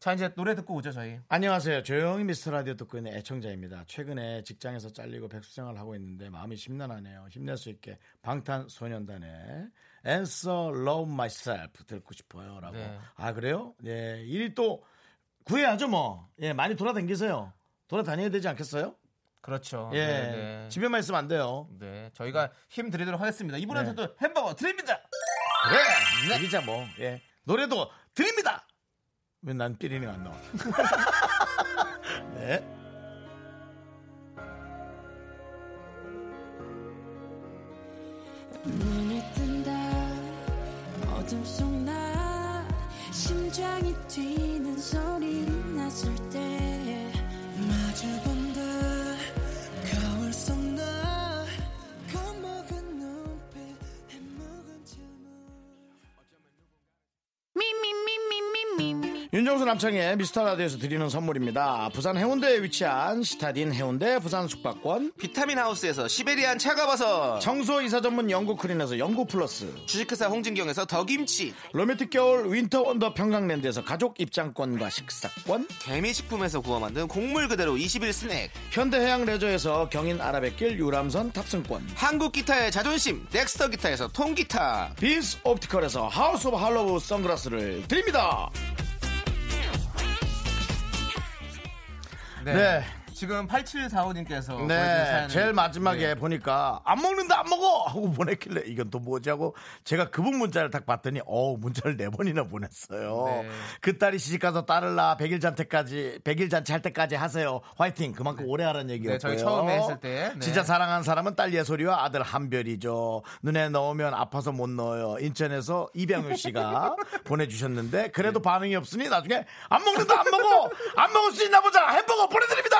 Speaker 2: 자, 이제 노래 듣고 오죠, 저희.
Speaker 1: 안녕하세요. 조용히 미스터 라디오 듣고 있는 애청자입니다. 최근에 직장에서 잘리고 백수 생활을 하고 있는데 마음이 심란하네요. 힘낼 수 있게 방탄소년단의 Answer Love Myself 듣고 싶어요라고.
Speaker 2: 네.
Speaker 1: 아 그래요? 예, 일이 또 구해야죠 뭐. 예, 많이 돌아다니세요. 돌아다녀야 되지 않겠어요?
Speaker 2: 그렇죠.
Speaker 1: 예,
Speaker 2: 네, 네.
Speaker 1: 집에만 있으면 안 돼요.
Speaker 2: 네, 저희가 힘 드리도록 하겠습니다. 이분한테도
Speaker 1: 네.
Speaker 2: 햄버거 드립니다.
Speaker 1: 그래, 드리자 뭐. 예, 노래도 드립니다. 왜 난 삐리는 안 나와? 네.
Speaker 4: 눈이 뜬다 어둠 속 나 심장이 뛰는 소리가 났을 때 마주 본다 거울 속 나 겁먹은 눈빛 해먹은 침묵
Speaker 1: 윤정수 남창의 미스터 라디오에서 드리는 선물입니다. 부산 해운대에 위치한 시타딘 해운대 부산 숙박권,
Speaker 2: 비타민 하우스에서 시베리안 차가버섯
Speaker 1: 청소 이사 전문 영국 크린에서 영국 플러스,
Speaker 2: 주식회사 홍진경에서 더김치
Speaker 1: 로맨틱 겨울 윈터 원더 평강랜드에서 가족 입장권과 식사권,
Speaker 2: 개미식품에서 구워 만든 곡물 그대로 21 스낵
Speaker 1: 현대해양 레저에서 경인 아라뱃길 유람선 탑승권,
Speaker 2: 한국 기타의 자존심 넥스터 기타에서 통기타
Speaker 1: 비스 옵티컬에서 하우스 오브 할로우 선글라스를 드립니다. 네.
Speaker 2: 지금 8745님께서
Speaker 1: 네, 제일 마지막에 보니까 안 먹는다 안 먹어 하고 보냈길래 이건 또 뭐지 하고 제가 그분 문자를 딱 봤더니 어 문자를 네 번이나 보냈어요.
Speaker 2: 네.
Speaker 1: 그 딸이 시집 가서 딸을 낳아 백일 잔태까지 백일 잔치 할 때까지 하세요. 화이팅. 그만큼 오래 하라는 얘기였고요.
Speaker 2: 네, 저희 처음에 했을 때, 네.
Speaker 1: 진짜 사랑한 사람은 딸 예솔이와 아들 한별이죠. 눈에 넣으면 아파서 못 넣어요. 인천에서 이병윤
Speaker 2: [LAUGHS]
Speaker 1: 씨가 보내주셨는데
Speaker 2: 네.
Speaker 1: 그래도 반응이 없으니 나중에 안 먹는다 안 먹어 안 먹을 수 있나 보자 햄버거
Speaker 2: [LAUGHS]
Speaker 1: 보내드립니다.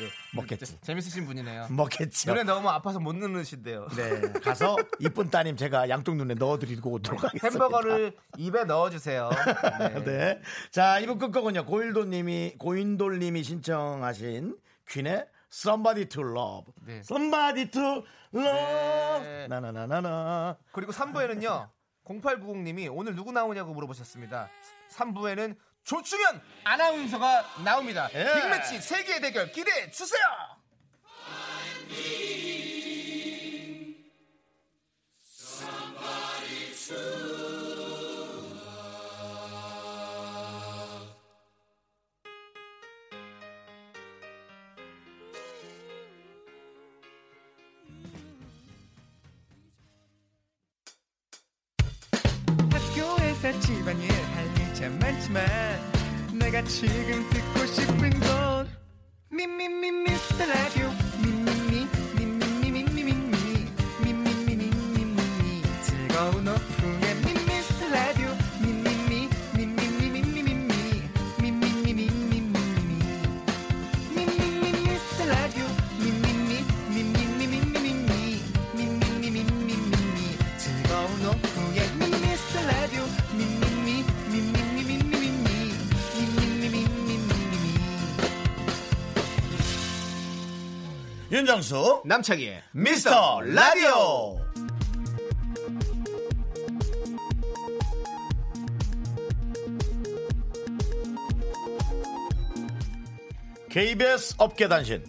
Speaker 1: 네, 먹겠지.
Speaker 2: 재밌으신 분이네요
Speaker 1: 먹겠죠.
Speaker 2: 노래 너무 아파서 못 넣으신대요
Speaker 1: 뭐- 네, 가서 이쁜 따님 제가 양쪽 눈에 넣어드리고 오도록 하겠습니다.
Speaker 2: 햄버거를 입에 넣어주세요
Speaker 1: [LAUGHS] 네. 네. 자, 이번 끝곡은요. 고일도님이 고인돌님이 신청하신 퀸의 Somebody to Love.
Speaker 2: 네.
Speaker 1: Somebody to Love.
Speaker 2: 네.
Speaker 1: 나나나나나.
Speaker 2: 그리고 3부에는요 0890님이 오늘 누구 나오냐고 물어보셨습니다 3부에는 조충현 아나운서가 나옵니다
Speaker 1: 예.
Speaker 2: 빅매치 세계 대결 기대해 주세요
Speaker 5: 학교에서 집안일 할 일 참 많지만 내가 지금 듣고 싶은 건 미미미 미스터 라디오 미미미 미미미 미미미 미미미 미미미 즐거운 오후에 미스터 라디오 미미미 미미미 미미미 미미미 미미미
Speaker 1: 윤정수.
Speaker 2: 남창희의
Speaker 1: 미스터 라디오. KBS 업계 단신.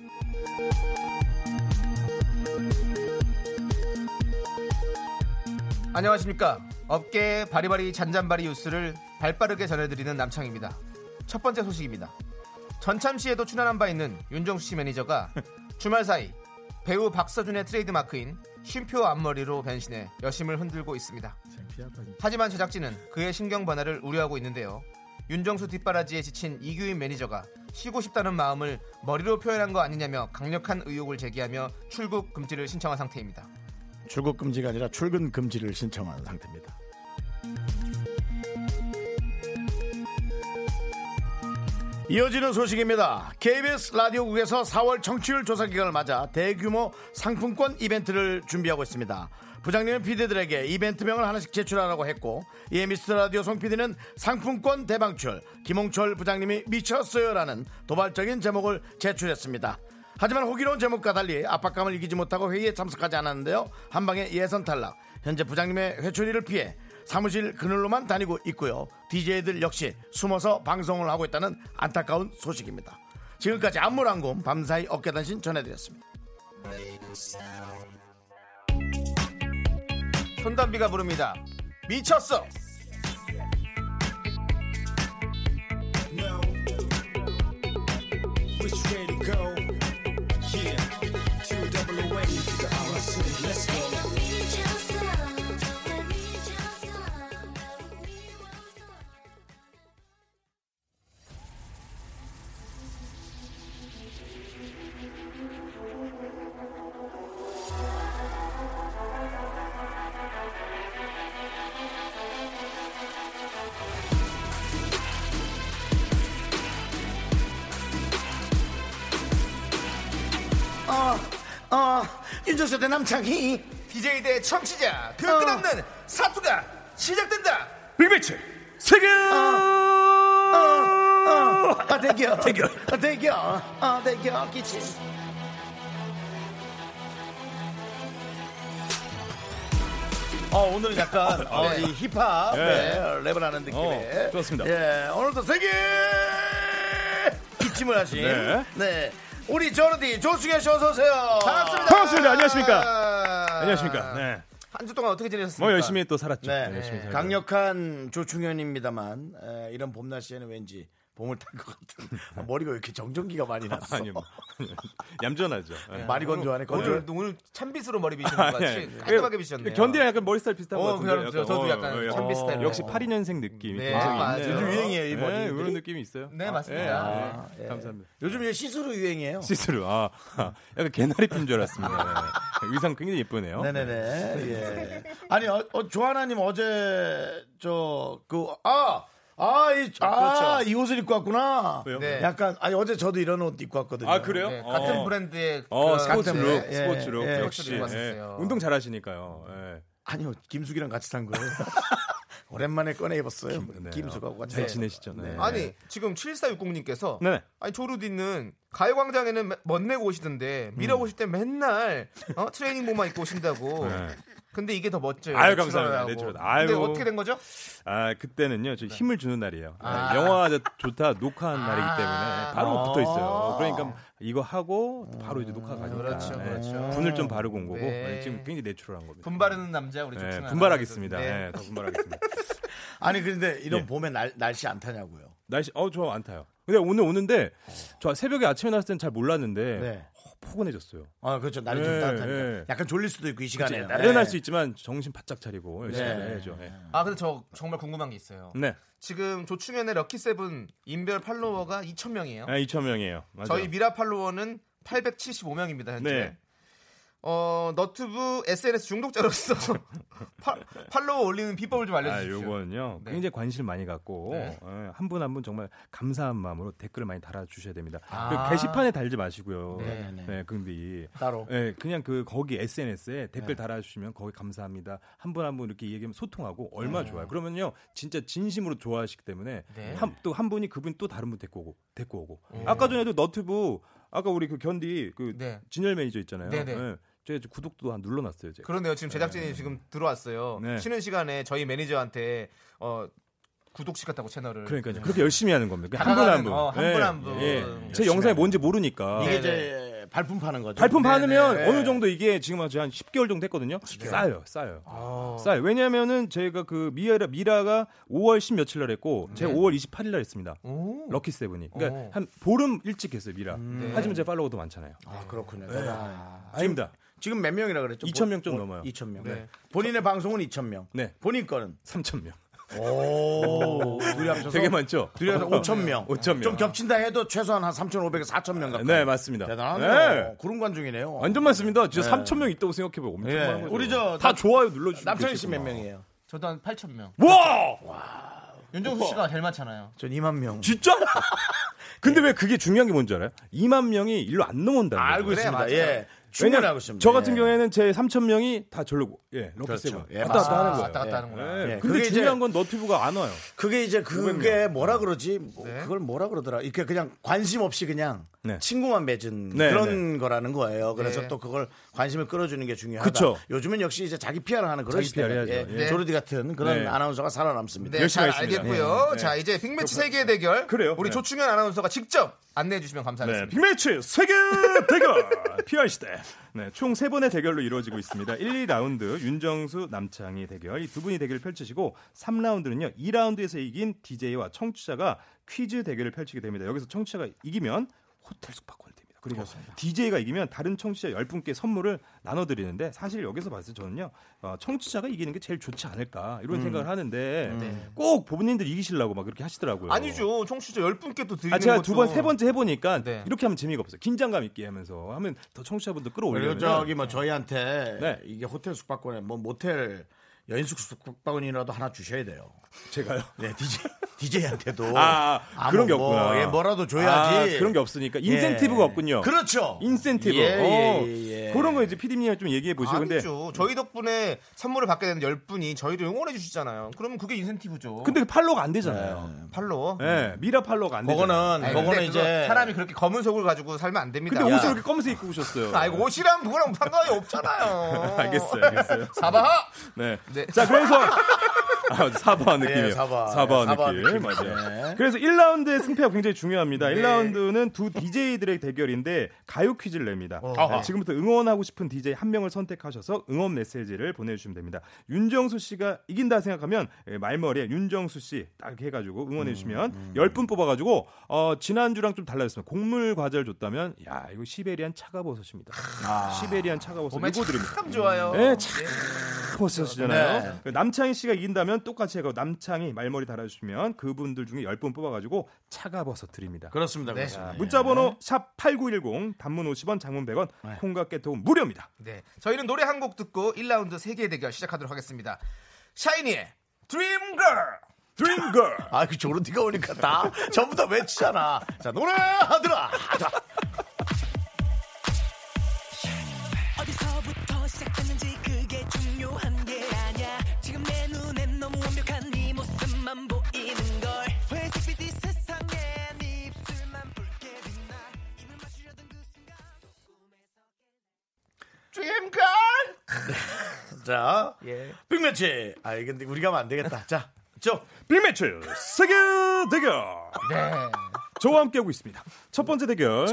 Speaker 2: 안녕하십니까. 업계의 바리바리 잔잔바리 뉴스를 발빠르게 전해드리는 남창입니다. 첫 번째 소식입니다. 전참시에도 출연한 바 있는 윤정수 씨
Speaker 6: [LAUGHS]
Speaker 2: 매니저가 주말 사이 배우 박서준의 트레이드마크인 쉼표 앞머리로 변신해 여심을 흔들고 있습니다. 하지만 제작진은 그의 신경 변화를 우려하고 있는데요. 윤정수 뒷바라지에 지친 이규인 매니저가 쉬고 싶다는 마음을 머리로 표현한 거 아니냐며 강력한 의혹을 제기하며 출국 금지를 신청한 상태입니다.
Speaker 1: 출국 금지가 아니라 출근 금지를 신청한 상태입니다. 이어지는 소식입니다. KBS 라디오국에서 4월 청취율 조사 기간을 맞아 대규모 상품권 이벤트를 준비하고 있습니다. 부장님은 피디들에게 이벤트명을 하나씩 제출하라고 했고 이 미스터 라디오 송 피디는 상품권 대방출 김홍철 부장님이 미쳤어요라는 도발적인 제목을 제출했습니다. 하지만 호기로운 제목과 달리 압박감을 이기지 못하고 회의에 참석하지 않았는데요. 한방에 예선 탈락. 현재 부장님의 회초리를 피해 사무실 그늘로만 다니고 있고요. DJ들 역시 숨어서 방송을 하고 있다는 안타까운 소식입니다. 지금까지 안무랑곰 밤사이 어깨단신 전해드렸습니다.
Speaker 2: 손담비가 부릅니다. 미쳤어.
Speaker 1: 어, 어, 윤정수 대 남창희. 어.
Speaker 2: DJ 대 청취자 그 끝없는 사투가 시작된다.
Speaker 7: 빅매치
Speaker 1: 세계 어.
Speaker 2: 아 대결
Speaker 1: [LAUGHS] 대결.
Speaker 2: 아 대결 아 대결 기침
Speaker 1: 어, 오늘은 약간 [LAUGHS] 어, 이 힙합
Speaker 6: 예.
Speaker 1: 네, 랩을 하는 느낌의
Speaker 6: 어, 좋습니다.
Speaker 1: 예, 오늘도 세계 기침을 하신 네.
Speaker 6: 네.
Speaker 1: 우리 저르디 조승현 씨 어서 오세요.
Speaker 2: 반갑습니다
Speaker 6: 반갑습니다. 네,
Speaker 2: 아.
Speaker 6: 안녕하십니까. 안녕하십니까. 네.
Speaker 2: 한주 동안 어떻게 지내셨습니까
Speaker 6: 뭐 열심히 또 살았죠.
Speaker 1: 네,
Speaker 6: 열심히 살고.
Speaker 1: 강력한 조충현입니다만 에, 이런 봄 날씨에는 왠지 봄을 탈 것 같은 [LAUGHS] 아, 머리가 왜 이렇게 정전기가
Speaker 6: [LAUGHS]
Speaker 1: 많이 났어?
Speaker 6: 아니요. 얌전하죠. 네.
Speaker 1: 말이 건조하네
Speaker 2: 오늘
Speaker 1: 건조.
Speaker 2: 오늘 찬빗으로 머리 비신
Speaker 6: [LAUGHS]
Speaker 2: 것
Speaker 6: 아니,
Speaker 2: 같이
Speaker 6: 아니.
Speaker 2: 깔끔하게 비셨네요
Speaker 6: 견디랑 약간 머리 스타일 비슷한
Speaker 2: 어,
Speaker 6: 것 같은데. 어,
Speaker 2: 그래요. 저도 약간 선비 스타일로.
Speaker 6: 역시 82년생 느낌이
Speaker 2: 네,
Speaker 6: 굉장히
Speaker 2: 맞아요.
Speaker 6: 있네요.
Speaker 2: 요즘 유행이에요, 이
Speaker 6: 네,
Speaker 2: 머리들이.
Speaker 6: 이런 느낌이 있어요.
Speaker 2: 네,
Speaker 6: 아,
Speaker 2: 맞습니다.
Speaker 6: 예,
Speaker 2: 아,
Speaker 6: 예. 감사합니다.
Speaker 1: 요즘 이제 시스루 유행이에요.
Speaker 6: 시스루. 아, 아, 약간 개나리 핀 줄 알았습니다. 네. 의상 굉장히 예쁘네요.
Speaker 1: 네네네. 예. 아니, 어, 어, 조하나님 어제 저 그 아. 아, 이, 아,
Speaker 2: 그렇죠.
Speaker 1: 이 옷을 입고 왔구나.
Speaker 6: 왜요?
Speaker 2: 네.
Speaker 1: 약간, 아니, 어제 저도 이런 옷 입고 왔거든요.
Speaker 6: 아, 그래요?
Speaker 2: 네,
Speaker 6: 어.
Speaker 2: 같은 브랜드의
Speaker 6: 어,
Speaker 2: 그런
Speaker 6: 스포츠룩,
Speaker 2: 같은-
Speaker 1: 예,
Speaker 6: 스포츠룩.
Speaker 1: 예,
Speaker 6: 역시.
Speaker 2: 스포츠룩
Speaker 6: 예.
Speaker 2: 왔었어요.
Speaker 6: 운동 잘 하시니까요. 예.
Speaker 1: 아니요, 김숙이랑 같이 산 거예요. [LAUGHS] 오랜만에 꺼내 입었어요.
Speaker 6: 네.
Speaker 1: 김숙하고 같이.
Speaker 6: 잘
Speaker 1: 산
Speaker 6: 지내시죠? 네.
Speaker 2: 아니 지금 7460님께서
Speaker 6: 네.
Speaker 2: 아니 조르디는 가요광장에는 매- 멋내고 오시던데 미라 오실 때 맨날 어? 트레이닝복만 입고 오신다고
Speaker 6: 음. 네.
Speaker 2: 근데 이게 더 멋져요
Speaker 6: 아유, 감사합니다.
Speaker 2: 출연하고.
Speaker 6: 네, 출연.
Speaker 2: 근데
Speaker 6: 아유.
Speaker 2: 어떻게 된 거죠?
Speaker 6: 아 그때는요 저 힘을 주는 날이에요
Speaker 2: 네. 아.
Speaker 6: 네, 영화 저- 좋다 녹화한 날이기 때문에 바로
Speaker 1: 아.
Speaker 6: 붙어 있어요 그러니까 이거 하고 바로 이제 녹화 가니까
Speaker 2: 그렇죠,
Speaker 6: 네,
Speaker 2: 그렇죠.
Speaker 6: 분을 좀 바르고 온 거고
Speaker 2: 네.
Speaker 6: 네, 지금 굉장히 내추럴한 겁니다
Speaker 2: 분바르는 남자 우리
Speaker 6: 네,
Speaker 2: 조충아
Speaker 6: 분발하겠습니다
Speaker 2: 네.
Speaker 6: 네, 더 분발하겠습니다 [LAUGHS]
Speaker 1: 아니, 근데 이런
Speaker 6: 예.
Speaker 1: 봄에 날, 날씨 안 타냐고요.
Speaker 6: 날씨 어저안 타요 근데 오늘 오는데
Speaker 2: 어.
Speaker 6: 저 새벽에 아침에 나왔을 때는 잘 몰랐는데
Speaker 1: 네.
Speaker 6: 어, 포근해졌어요
Speaker 1: 아, 그렇죠. 날이 좀
Speaker 6: 예,
Speaker 1: 따뜻하니까.
Speaker 6: 예.
Speaker 1: 약간 졸릴 수도 있고, 이
Speaker 2: 네.
Speaker 1: 시간에.
Speaker 6: 나른할 수 있지만 정신 바짝 차리고 열심히
Speaker 1: 네.
Speaker 6: 해야죠 네,
Speaker 2: 아 근데 저 정말 궁금한 게 있어요
Speaker 6: 네.
Speaker 2: 지금 조충현의 럭키세븐 인별 팔로워가 2,000명이에요
Speaker 6: 아, 2천 명이에요 맞아요.
Speaker 2: 저희 미라 팔로워는 875명입니다 현재.
Speaker 6: 네.
Speaker 2: 어 너튜브 SNS 중독자로서 파- 팔로워 올리는 비법을 좀
Speaker 6: 아,
Speaker 2: 알려주십시오.
Speaker 6: 요거는요.
Speaker 2: 네.
Speaker 6: 굉장히 관심을 많이 갖고 예,
Speaker 2: 네.
Speaker 6: 한 분 한 분 정말 감사한 마음으로 댓글을 많이 달아 주셔야 됩니다.
Speaker 2: 아.
Speaker 6: 그리고 게시판에 달지 마시고요.
Speaker 1: 네, 네.
Speaker 6: 네, 근데
Speaker 2: 어.
Speaker 1: 따로.
Speaker 6: 네, 그냥 그 거기 SNS에
Speaker 2: 네.
Speaker 6: 댓글 달아 주시면 거기 감사합니다. 한 분 한 분 이렇게 얘기하면 소통하고 얼마 나 좋아요. 그러면요. 진짜 진심으로 좋아하시기 때문에
Speaker 2: 네.
Speaker 6: 한 또 한 분이 그분 또 다른 분 데리고 오고 데리고 오고. 아까 전에도 너튜브 아까 우리 그 견디 그
Speaker 2: 네.
Speaker 6: 진열 매니저 있잖아요. 예,
Speaker 2: 네, 네.
Speaker 6: 제가 구독도 한 눌러놨어요. 제가.
Speaker 2: 그런데요 지금 제작진이 지금 들어왔어요.
Speaker 6: 네.
Speaker 2: 쉬는 시간에 저희 매니저한테 어, 구독 시켰다고 채널을.
Speaker 6: 그러니까요. 그렇게 열심히 하는 겁니다. 한 분
Speaker 2: 다가가는,
Speaker 6: 한 분.
Speaker 2: 어, 한분한 분.
Speaker 6: 제
Speaker 2: 열심히
Speaker 6: 영상이 뭔지 모르니까.
Speaker 1: 이게 예.
Speaker 2: 네네.
Speaker 1: 이제 발품 파는 거죠.
Speaker 6: 발품
Speaker 2: 네네.
Speaker 6: 받으면 어느 정도 이게 지금 아직 한 10개월 정도 됐거든요. 싸요, 싸요.
Speaker 2: 아.
Speaker 6: 싸요. 왜냐면은 저희가 그 미라, 미라가 5월 10 며칠 날
Speaker 1: 음.
Speaker 6: 했고,
Speaker 1: 네.
Speaker 6: 제가 5월 28일 날 했습니다.
Speaker 2: 오.
Speaker 6: 럭키 세븐이. 그러니까
Speaker 2: 오.
Speaker 6: 한 보름 일찍 했어요, 미라.
Speaker 1: 음. 네.
Speaker 6: 하지만 제 팔로워도 많잖아요.
Speaker 1: 아, 그렇군요. 대단하네.
Speaker 6: 아, 닙니다
Speaker 1: 지금 몇 명이라 그랬죠?
Speaker 6: 2000명좀 넘어요.
Speaker 1: 2 0명
Speaker 2: 네.
Speaker 1: 본인의 방송은 2,000명.
Speaker 6: 네.
Speaker 1: 본인 거는
Speaker 6: 3,000명.
Speaker 1: 오, 둘이 합쳐서
Speaker 6: 되게 많죠? 어.
Speaker 1: 둘이 합쳐서 5천
Speaker 6: [LAUGHS]
Speaker 1: 명.
Speaker 6: 5,000 명.
Speaker 1: 좀 겹친다 해도 최소한 한 3,500에서 4천 명 가까이.
Speaker 6: 네, 맞습니다.
Speaker 1: 대단하네요.
Speaker 6: 네.
Speaker 1: 구름 관중이네요.
Speaker 6: 완전 많습니다. 진짜 3,000명 있다고 생각해봐요. 엄청
Speaker 1: 예.
Speaker 6: 많은 거죠.
Speaker 1: 우리 저
Speaker 6: 다
Speaker 1: 남-
Speaker 6: 좋아요 눌러주시고.
Speaker 1: 남창희 씨 몇
Speaker 6: 계시구나.
Speaker 1: 명이에요?
Speaker 2: 저도 한 8천 명.
Speaker 6: 와!
Speaker 2: 윤정수 씨가 제일 많잖아요.
Speaker 1: 전 2만 명. [LAUGHS]
Speaker 6: 진짜? 근데 왜 그게 중요한 게 뭔지 알아요? 2만 명이 일로 안 넘어온다는 거예요.
Speaker 1: 네. 알고 있습니다.
Speaker 2: 맞아요.
Speaker 1: 예. 충분히
Speaker 6: 왜냐면
Speaker 1: 알고 있습니다.
Speaker 6: 저 같은
Speaker 1: 예.
Speaker 6: 경우에는 제 3천 명이 다 절로 예, 럭키
Speaker 1: 그렇죠.
Speaker 6: 세븐
Speaker 1: 예,
Speaker 6: 왔다 갔다
Speaker 1: 맞습니다.
Speaker 6: 하는 거예요.
Speaker 2: 아, 왔다 갔다 하는구나.
Speaker 6: 예.
Speaker 1: 예,
Speaker 6: 근데
Speaker 1: 그게 이제-
Speaker 6: 중요한 건 너튜브가 안 와요.
Speaker 1: 그게 이제 그게 뭐라
Speaker 6: 음.
Speaker 1: 그러지? 뭐
Speaker 2: 네.
Speaker 1: 그걸 뭐라 그러더라? 이렇게 그냥 관심 없이 그냥
Speaker 6: 네.
Speaker 1: 친구만 맺은
Speaker 6: 네,
Speaker 1: 그런 거라는 거예요. 그래서
Speaker 2: 네.
Speaker 1: 또 그걸 관심을 끌어주는 게 중요하다.
Speaker 6: 그쵸.
Speaker 1: 요즘은 역시 이제 자기 PR 하는 그런
Speaker 6: 자기
Speaker 1: 시대가
Speaker 6: PR 해야죠.
Speaker 1: 예.
Speaker 2: 네.
Speaker 1: 조르디 같은 그런
Speaker 6: 네.
Speaker 1: 아나운서가 살아남습니다.
Speaker 2: 네, 잘
Speaker 6: 열심히 하겠습니다.
Speaker 2: 알겠고요.
Speaker 6: 네, 네.
Speaker 2: 자, 이제 빅매치 세계 대결.
Speaker 6: 그래요.
Speaker 2: 우리
Speaker 6: 네.
Speaker 2: 조충현 아나운서가 직접 안내해 주시면
Speaker 6: 네,
Speaker 2: 감사하겠습니다.
Speaker 6: 빅매치 세계 대결 [LAUGHS] PR 시대. 네, 총 세 번의 대결로 이루어지고 있습니다. 1, 2라운드 윤정수 남창희 대결 이 두 분이 대결을 펼치시고 3라운드는요. 2라운드에서 이긴 DJ와 청취자가 퀴즈 대결을 펼치게 됩니다. 여기서 청취자가 이기면 호텔 숙박권이 됩니다. 그리고 DJ가 이기면 다른 청취자 10분께 선물을 나눠드리는데 사실 여기서 봤을 때 저는요 어, 청취자가 이기는 게 제일 좋지 않을까
Speaker 2: 음.
Speaker 6: 이런 생각을 하는데 꼭 본인들 이기시려고 막 그렇게 하시더라고요.
Speaker 2: 네. 아니죠. 청취자 10분께 또 드리는
Speaker 6: 아, 제가
Speaker 2: 것도
Speaker 6: 두 번, 세 번째 해보니까
Speaker 2: 네.
Speaker 6: 이렇게 하면 재미가 없어요. 긴장감 있게 하면서 하면 더 청취자분들
Speaker 1: 그리고
Speaker 6: 끌어올려요.
Speaker 1: 저기 뭐 저희한테
Speaker 6: 네.
Speaker 1: 이게 호텔 숙박권에 뭐 모텔 여인숙 국방원이라도 하나 주셔야 돼요.
Speaker 6: 제가요.
Speaker 1: 네, DJ, DJ한테도.
Speaker 6: 아, 그런 게 없구나.
Speaker 1: 예, 뭐. 뭐라도 줘야지.
Speaker 6: 아, 그런 게 없으니까 인센티브가
Speaker 1: 예.
Speaker 6: 없군요.
Speaker 1: 그렇죠.
Speaker 6: 인센티브.
Speaker 1: 예, 예,
Speaker 6: 어,
Speaker 1: 예, 예.
Speaker 6: 그런 거 이제 피디님이 좀 얘기해 보시고 근데
Speaker 2: 아니죠. 저희 덕분에 선물을 받게 되는 10분이 저희를 응원해 주시잖아요. 그러면 그게 인센티브죠.
Speaker 6: 근데 팔로우가 안 되잖아요.
Speaker 2: 팔로.
Speaker 6: 예. 미라 팔로우가 안 되잖아요.
Speaker 1: 네. 그거는,
Speaker 2: 아니,
Speaker 1: 그거는
Speaker 2: 네, 근데
Speaker 1: 이제.
Speaker 2: 그거 사람이 그렇게 검은 속을 가지고 살면 안 됩니다.
Speaker 6: 근데 옷을
Speaker 2: 야.
Speaker 6: 이렇게 검은색 입고 오셨어요.
Speaker 2: 아이고 옷이랑 그거랑 상관이 없잖아요.
Speaker 6: [LAUGHS] 알겠어요. 알겠어요.
Speaker 2: 사바하.
Speaker 6: 네.
Speaker 2: 네.
Speaker 6: 자, 그래서 아, 사바 느낌이에요.
Speaker 1: 예, 사바.
Speaker 6: 사바
Speaker 1: 예, 사바
Speaker 6: 느낌.
Speaker 1: 느낌.
Speaker 6: 맞아요.
Speaker 1: 네.
Speaker 6: 그래서 1라운드의 승패가 굉장히 중요합니다.
Speaker 2: 네.
Speaker 6: 1라운드는 두 DJ들의 대결인데 가요 퀴즈를 냅니다. 네, 지금부터 응원하고 싶은 DJ 한 명을 선택하셔서 응원 메시지를 보내 주시면 됩니다. 윤정수 씨가 이긴다 생각하면 예, 말머리에 윤정수 씨 딱 해 가지고 응원해 주시면 10분 뽑아 가지고 어, 지난주랑 좀 달라졌습니다. 곡물 과자를 줬다면 야, 이거 시베리안 차가버섯입니다. 시베리안 차가버섯
Speaker 2: 몸에
Speaker 6: 이거 드립니다.
Speaker 2: 참 좋아요.
Speaker 6: 예, 참 버스잖아요.
Speaker 2: 네.
Speaker 6: 그 남창희 씨가 이긴다면 똑같이 해고 남창희 말머리 달아주시면 그분들 중에 10분 뽑아가지고 차가 버섯 드립니다.
Speaker 1: 그렇습니다.
Speaker 2: 네.
Speaker 1: 그렇습니다.
Speaker 6: 문자번호 샵 #8910 단문 50원, 장문 100원, 콩과 깨톡은 무료입니다.
Speaker 2: 네. 저희는 노래 한 곡 듣고 1라운드 세계 대결 시작하도록 하겠습니다. 샤이니의 드림걸.
Speaker 6: 드림걸.
Speaker 1: 아, 그 조르디가 오니까
Speaker 2: [LAUGHS]
Speaker 1: 다 전부 다 외치잖아. 자, 노래 하더라. 자,
Speaker 8: 어디서부터 시작됐는지 그게 중요한 게 아니야 지금 내 눈엔 너무 완벽한 네 모습만 보이는걸 회색 빛이 세상에 네 입술만 붉게 빛나 입을 마주려던 그 순간
Speaker 2: 드림걸.
Speaker 1: 자.
Speaker 2: 예.
Speaker 1: 빅매치. 아, 근데 우리가 하면 안 되겠다. 자, 쭉.
Speaker 6: 빅매치 세계 대결.
Speaker 2: 네.
Speaker 6: 저와 함께 하고 있습니다. 첫 번째 대결.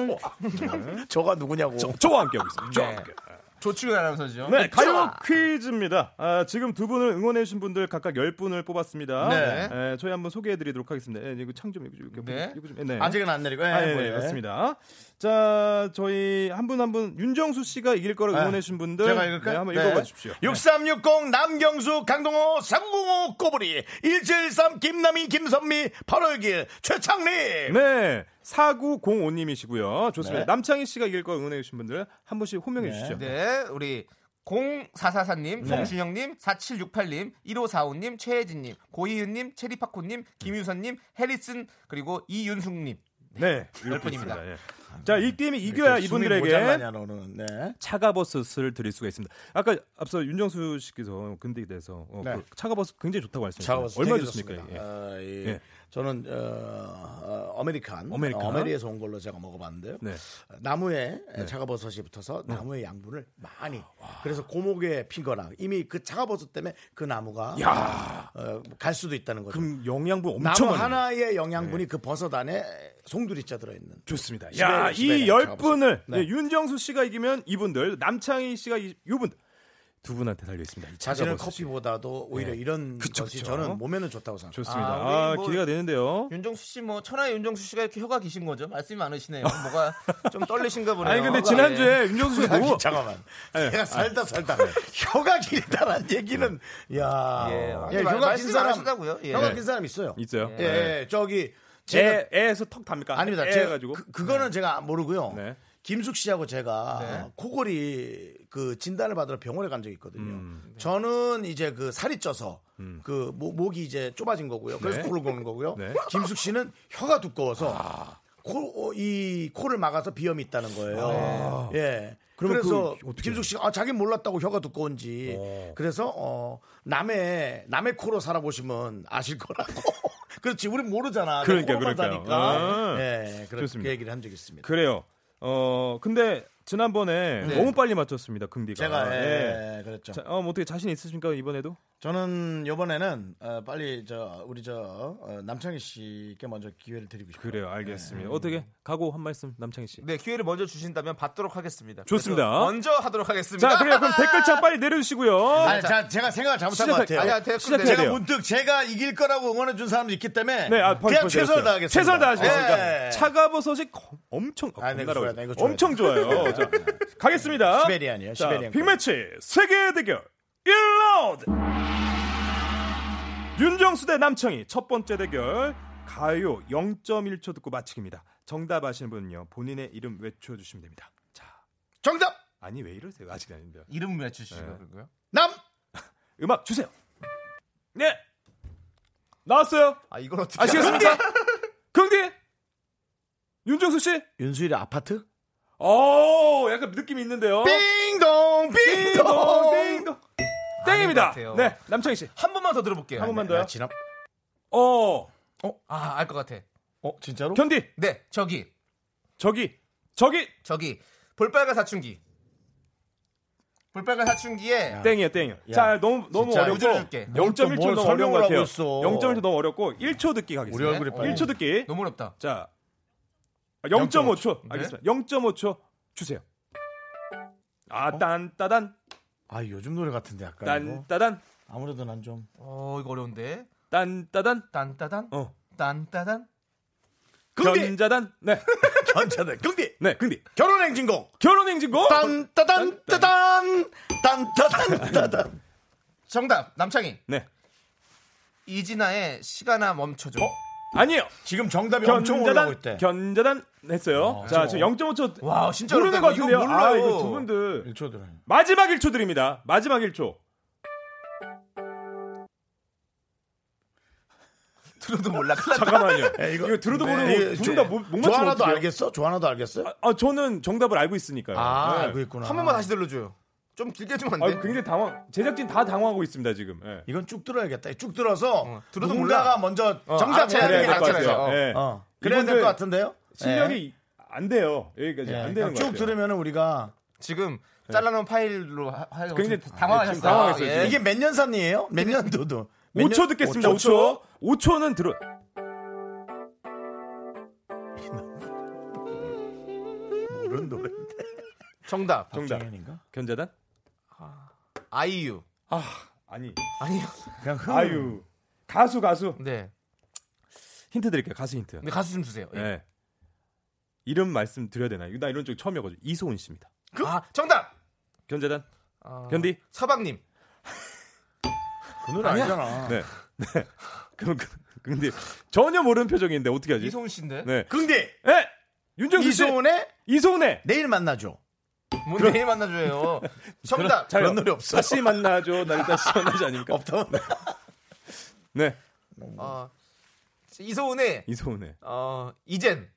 Speaker 1: 저가 누구냐고.
Speaker 6: 저, 와 함께 하고 있습니다. 저와
Speaker 2: 네.
Speaker 6: 함께.
Speaker 2: 조충현 아나운서죠.
Speaker 6: 네, 가요 퀴즈입니다. 아, 지금 두 분을 응원해주신 분들 각각 10분을 뽑았습니다.
Speaker 1: 네.
Speaker 6: 에, 저희 한번 소개해드리도록 하겠습니다. 예, 이거 창좀 이거 좀. 이거
Speaker 2: 네.
Speaker 6: 좀, 이거 좀, 예, 네.
Speaker 1: 아직은 안 내리고. 예,
Speaker 6: 아, 예,
Speaker 1: 뭐,
Speaker 6: 네,
Speaker 1: 예.
Speaker 6: 그렇습니다. 자, 저희 한 분 한 분 윤정수 씨가 이길 거를
Speaker 1: 네.
Speaker 6: 응원해주신 분들
Speaker 1: 제가 읽을까요?
Speaker 6: 네, 한번 읽어봐 주십시오.
Speaker 1: 6360 남경수 강동호 305 꼬부리 173 김남희 김선미 8월길 최창리
Speaker 6: 네, 4905님이시고요. 좋습니다.
Speaker 1: 네.
Speaker 6: 남창희 씨가 이길 거 응원해주신 분들 한 분씩 호명해 주시죠.
Speaker 2: 네, 우리 0444님, 송준영님, 4768님, 1545님, 최혜진님, 고희은님, 체리파코님, 김유선님, 해리슨 그리고 이윤숙님.
Speaker 6: 네,
Speaker 2: 열 분입니다.
Speaker 6: 있습니다. 예. 자, 이 게임이 이겨야
Speaker 1: 숨이
Speaker 6: 이분들에게
Speaker 1: 모자라냐, 너는. 네.
Speaker 6: 차가버섯을 드릴 수가 있습니다. 아까 앞서 윤정수 씨께서 근대에 대해서 어,
Speaker 1: 네.
Speaker 6: 그 차가버섯 굉장히 좋다고
Speaker 1: 자,
Speaker 6: 말씀하셨어요. 얼마
Speaker 1: 되게
Speaker 6: 좋습니까?
Speaker 1: 좋습니다.
Speaker 6: 예.
Speaker 1: 아, 예.
Speaker 6: 예.
Speaker 1: 저는 어, 어, 아메리칸,
Speaker 6: 아메리칸.
Speaker 1: 어, 아메리에서 온 걸로 제가 먹어봤는데요.
Speaker 6: 네.
Speaker 1: 나무에 차가버섯이 붙어서 나무의 양분을 많이
Speaker 6: 아,
Speaker 1: 그래서 고목에 피거나 이미 그 차가버섯 때문에 그 나무가 어, 갈 수도 있다는 거죠.
Speaker 6: 그럼 네. 영양분 엄청
Speaker 1: 나무
Speaker 6: 많아요.
Speaker 1: 하나의 영양분이 그 버섯 안에 송두리자 들어있는.
Speaker 6: 좋습니다.
Speaker 1: 시베리아,
Speaker 6: 야,
Speaker 1: 시베리아
Speaker 6: 이 열
Speaker 1: 차가버섯.
Speaker 6: 분을
Speaker 1: 네.
Speaker 6: 예, 윤정수 씨가 이기면 이분들, 남창희 씨가 이, 요분 두 분한테 달려 있습니다. 이 차가버섯이.
Speaker 1: 자신은 아,
Speaker 6: 네.
Speaker 1: 커피보다도 오히려 이런
Speaker 6: 그쵸,
Speaker 1: 것이
Speaker 6: 그쵸.
Speaker 1: 저는 몸에는 좋다고 생각합니다.
Speaker 6: 좋습니다.
Speaker 2: 아, 우리
Speaker 6: 아,
Speaker 2: 뭐-
Speaker 6: 기대가 되는데요.
Speaker 2: 윤정수 씨, 뭐 천하의 윤정수 씨가 이렇게 혀가 기신 거죠? 말씀이 많으시네요. 뭐가 좀 떨리신가 보네요.
Speaker 6: 아니 근데
Speaker 2: 예.
Speaker 6: 지난주에 윤정수
Speaker 1: 아, 뭐?
Speaker 6: 씨 너무
Speaker 1: 잠깐만.
Speaker 6: 예.
Speaker 1: 내가 살다 살다 혀가 길다란 얘기는 야.
Speaker 2: 예,
Speaker 1: 야,
Speaker 2: 아니, 말- 말씀이 많으시다고요? 예.
Speaker 1: 혀가
Speaker 2: 예.
Speaker 1: 긴 사람 있어요.
Speaker 6: 있어요.
Speaker 1: 예, 예, 저기 제가
Speaker 6: 애, 애에서 턱 답니까?
Speaker 1: 아닙니다.
Speaker 6: 애
Speaker 1: 제가
Speaker 6: 해가지고.
Speaker 1: 그, 거는 제가 모르고요.
Speaker 6: 네.
Speaker 1: 김숙 씨하고 제가 코골이 그 진단을 받으러 병원에 간 적이 있거든요.
Speaker 6: 음.
Speaker 1: 네. 저는 이제 그 살이 쪄서 그 모- 목이 이제 좁아진 거고요. 그래서
Speaker 6: 네.
Speaker 1: 코를 고는 거고요.
Speaker 6: 네. 아.
Speaker 1: 김숙 씨는 혀가 두꺼워서 코, 어, 이 코를 막아서 비염이 있다는 거예요.
Speaker 6: 아.
Speaker 1: 예. 그래서 김숙 씨가 아, 자기 몰랐다고 혀가 두꺼운지 그래서 어, 남의 남의 코로 살아보시면 아실 거라고. [LAUGHS] 그렇지, 우린 모르잖아.
Speaker 6: 그러니까,
Speaker 1: 코로만
Speaker 6: 그러니까요.
Speaker 1: 사니까.
Speaker 6: 아.
Speaker 1: 예, 그렇, 그
Speaker 6: 좋습니다.
Speaker 1: 얘기를 한 적이 있습니다.
Speaker 6: 그래요. 어 근데 지난번에 너무 빨리 맞췄습니다. 금디가.
Speaker 1: 네. 제가
Speaker 6: 예.
Speaker 1: 예, 그랬죠.
Speaker 6: 자, 어, 뭐 어떻게 자신 있으십니까 이번에도?
Speaker 1: 저는 이번에는 어, 빨리 저 우리 저 어, 남창희 씨께 먼저 기회를 드리고 싶어요.
Speaker 6: 그래요.
Speaker 1: 네.
Speaker 6: 알겠습니다. 어떻게 각오 한 말씀 남창희 씨.
Speaker 2: 네 기회를 먼저 주신다면 받도록 하겠습니다.
Speaker 6: 좋습니다.
Speaker 2: 그래서 먼저 하도록 하겠습니다. 아,
Speaker 6: 자 그래요. 그럼 댓글창 빨리 내려주시고요.
Speaker 1: 아니, 자, 제가 생각을 잘못한 것
Speaker 6: 시작할-
Speaker 1: 같아요.
Speaker 2: 아니야, 댓글
Speaker 6: 시작해야
Speaker 2: 내려-
Speaker 1: 제가
Speaker 6: 돼요.
Speaker 1: 문득 제가 이길 거라고 응원해 준 사람도 있기 때문에
Speaker 6: 네, 아, 벌-
Speaker 1: 그냥
Speaker 6: 벌써
Speaker 1: 최선을
Speaker 6: 됐어요.
Speaker 1: 다하겠습니다.
Speaker 6: 최선을 다하시겠습니다.
Speaker 1: 예.
Speaker 6: 차가버섯이 거- 엄청
Speaker 1: 아, 네, 이거
Speaker 6: 겁나라고
Speaker 1: 좋아요. 네, 이거 좋아요.
Speaker 6: 엄청 좋아요. 자, 가겠습니다.
Speaker 1: 시베리안이에요,
Speaker 6: 자,
Speaker 1: 시베리안
Speaker 6: 빅매치 세계 대결 1라운드. 윤정수 대 남청이 첫 번째 대결 가요 0.1초 듣고 마치기입니다. 정답 아시는 분은요 본인의 이름 외쳐주시면 됩니다. 자,
Speaker 1: 정답
Speaker 6: 아니 왜 이러세요? 아직 아닙니다.
Speaker 2: 이름 외쳐주시고요.
Speaker 1: 남
Speaker 6: 음악 주세요. 네 나왔어요.
Speaker 2: 아 이걸 어떻게
Speaker 6: 아시겠습니까? 긍디 윤정수 씨.
Speaker 1: 윤수일의 아파트?
Speaker 6: 오 약간 느낌이 있는데요.
Speaker 1: 빙동
Speaker 6: 띵동 띵동 땡입니다.
Speaker 2: 아닌 것 같아요.
Speaker 6: 네 남창희 씨.
Speaker 2: 한 번만 더 들어볼게요. 네,
Speaker 6: 한 번만 더요.
Speaker 1: 아, 지나
Speaker 6: 어
Speaker 2: 아 알 것 같아.
Speaker 1: 어 진짜로?
Speaker 6: 견디
Speaker 2: 네 저기
Speaker 6: 저기 저기
Speaker 2: 저기 볼빨간 사춘기. 볼빨간 사춘기에
Speaker 6: 땡이에요 땡이에요.
Speaker 1: 야.
Speaker 6: 자 너무 너무
Speaker 1: 진짜
Speaker 6: 어렵고
Speaker 2: 우주를 줄게.
Speaker 1: 뭘 또
Speaker 6: 0.1초
Speaker 1: 뭘
Speaker 6: 너무 어려운 것
Speaker 1: 설명을 하고
Speaker 6: 같아요.
Speaker 1: 있어.
Speaker 6: 0.1초 너무 어렵고 1초 듣기
Speaker 1: 우리
Speaker 6: 가겠습니다.
Speaker 1: 얼굴이
Speaker 2: 네?
Speaker 1: 빨리.
Speaker 6: 1초 듣기.
Speaker 2: 너무 어렵다.
Speaker 6: 자 0.5초
Speaker 1: 네?
Speaker 6: 알겠습니다. 0.5초 주세요. 아 딴따단
Speaker 1: 아 요즘 노래 같은데 약간 어? 이거.
Speaker 6: 딴따단
Speaker 1: 아무래도 난 좀
Speaker 2: 어 이거 어려운데.
Speaker 6: 딴따단
Speaker 2: 딴따단
Speaker 6: 어
Speaker 2: 딴따단
Speaker 1: 긍디
Speaker 6: 견자단 네
Speaker 1: 견자들 긍디
Speaker 6: 네 근데
Speaker 1: 결혼행진곡
Speaker 6: 결혼행진곡
Speaker 1: 딴따단 따단 딴따단 따단
Speaker 2: 정답 남창희
Speaker 6: 네
Speaker 2: 이진아의 시간아 멈춰줘.
Speaker 6: 어? 아니에요.
Speaker 1: 지금 정답이 엄청 올라오고
Speaker 6: 견자단
Speaker 1: 있대
Speaker 6: 견자단 했어요. 자 지금 0.5초
Speaker 2: 와 진짜
Speaker 6: 모르는 것
Speaker 2: 어렵다. 이거
Speaker 6: 같은데요. 아,
Speaker 2: 몰라요.
Speaker 6: 이거 두 분들
Speaker 1: 1초 들어
Speaker 6: 마지막 1초 드립니다. 마지막 1초.
Speaker 2: 들어도 몰라. 큰일 났다.
Speaker 6: 잠깐만요.
Speaker 1: 이거-
Speaker 6: 이거, 들어도 모르고 둘다못 맞추면
Speaker 1: 네, 예, 조하나도
Speaker 6: 어떡해요?
Speaker 1: 알겠어? 조하나도 알겠어요?
Speaker 6: 아, 저는 정답을 알고 있으니까요.
Speaker 1: 아
Speaker 6: 네.
Speaker 1: 알고 있구나
Speaker 2: 한 번만 다시 들려줘요. 좀 길게 해주면 안
Speaker 6: 아,
Speaker 2: 돼?
Speaker 6: 굉장히 당황. 제작진 다 당황하고 있습니다 지금. 예.
Speaker 1: 이건 쭉 들어야겠다 쭉 들어서
Speaker 2: 어, 들어도
Speaker 1: 누군가가
Speaker 2: 몰라.
Speaker 1: 먼저
Speaker 2: 어,
Speaker 1: 정답
Speaker 2: 알아채야
Speaker 1: 해야
Speaker 2: 돼,
Speaker 1: 되는
Speaker 2: 알아채야 돼.
Speaker 1: 같아요
Speaker 2: 어.
Speaker 6: 예.
Speaker 1: 어, 그래야 될
Speaker 6: 이분들
Speaker 1: 것 같은데요? 예.
Speaker 6: 실력이 안 돼요. 여기까지
Speaker 1: 예,
Speaker 6: 안 되는
Speaker 1: 그러니까
Speaker 6: 거예요.
Speaker 1: 쭉 들으면 우리가
Speaker 2: 지금 잘라놓은 파일로 하- 하려고
Speaker 6: 네. 아, 굉장히
Speaker 2: 지금
Speaker 6: 다-
Speaker 2: 당황하셨어요.
Speaker 6: 지금 당황했어요,
Speaker 2: 아,
Speaker 6: 지금.
Speaker 2: 예.
Speaker 1: 이게 몇 년산이에요? 몇 년도도? 몇
Speaker 6: 5초
Speaker 1: 년-
Speaker 6: 네. 듣겠습니다. 5초.
Speaker 1: 오초?
Speaker 6: 5초. 는 들어.
Speaker 1: 모르는 노래
Speaker 2: 정답
Speaker 6: 정답.
Speaker 1: 정현인가?
Speaker 6: 견자단?
Speaker 2: 아이유
Speaker 6: 아 아니.
Speaker 2: 아니요.
Speaker 1: 그냥 흥.
Speaker 6: 아유. 가수 가수.
Speaker 2: 네.
Speaker 6: 힌트 드릴게요. 가수 힌트.
Speaker 2: 근데 가수 좀 주세요. 예.
Speaker 6: 예. 이름 말씀 드려야 되나요? 이거 나 이런 쪽 처음이어가지고 이소은 씨입니다.
Speaker 2: 아 정답
Speaker 6: 견자단.
Speaker 1: 아.
Speaker 2: 어,
Speaker 6: 견디.
Speaker 2: 서방님
Speaker 1: 그 노래 알잖아
Speaker 6: 네. 네. [LAUGHS] 그럼 그- 근데 전혀 모르는 표정인데 어떻게 하지?
Speaker 2: 이소은 씨인데
Speaker 6: 네.
Speaker 1: 근데
Speaker 6: 예. 윤정수 씨.
Speaker 1: 이소은의
Speaker 6: 이소은의
Speaker 1: 내일 만나죠
Speaker 2: 뭐
Speaker 6: [LAUGHS]
Speaker 2: 내일 만나줘요. 정답
Speaker 6: 잘
Speaker 1: 그런 노래 없어.
Speaker 6: 다시 만나죠. 날 다시 만나지 아닙니까?
Speaker 1: [LAUGHS] 없다
Speaker 6: 네.
Speaker 2: 어, 이소은의
Speaker 6: 이소은의.
Speaker 2: 어, 이젠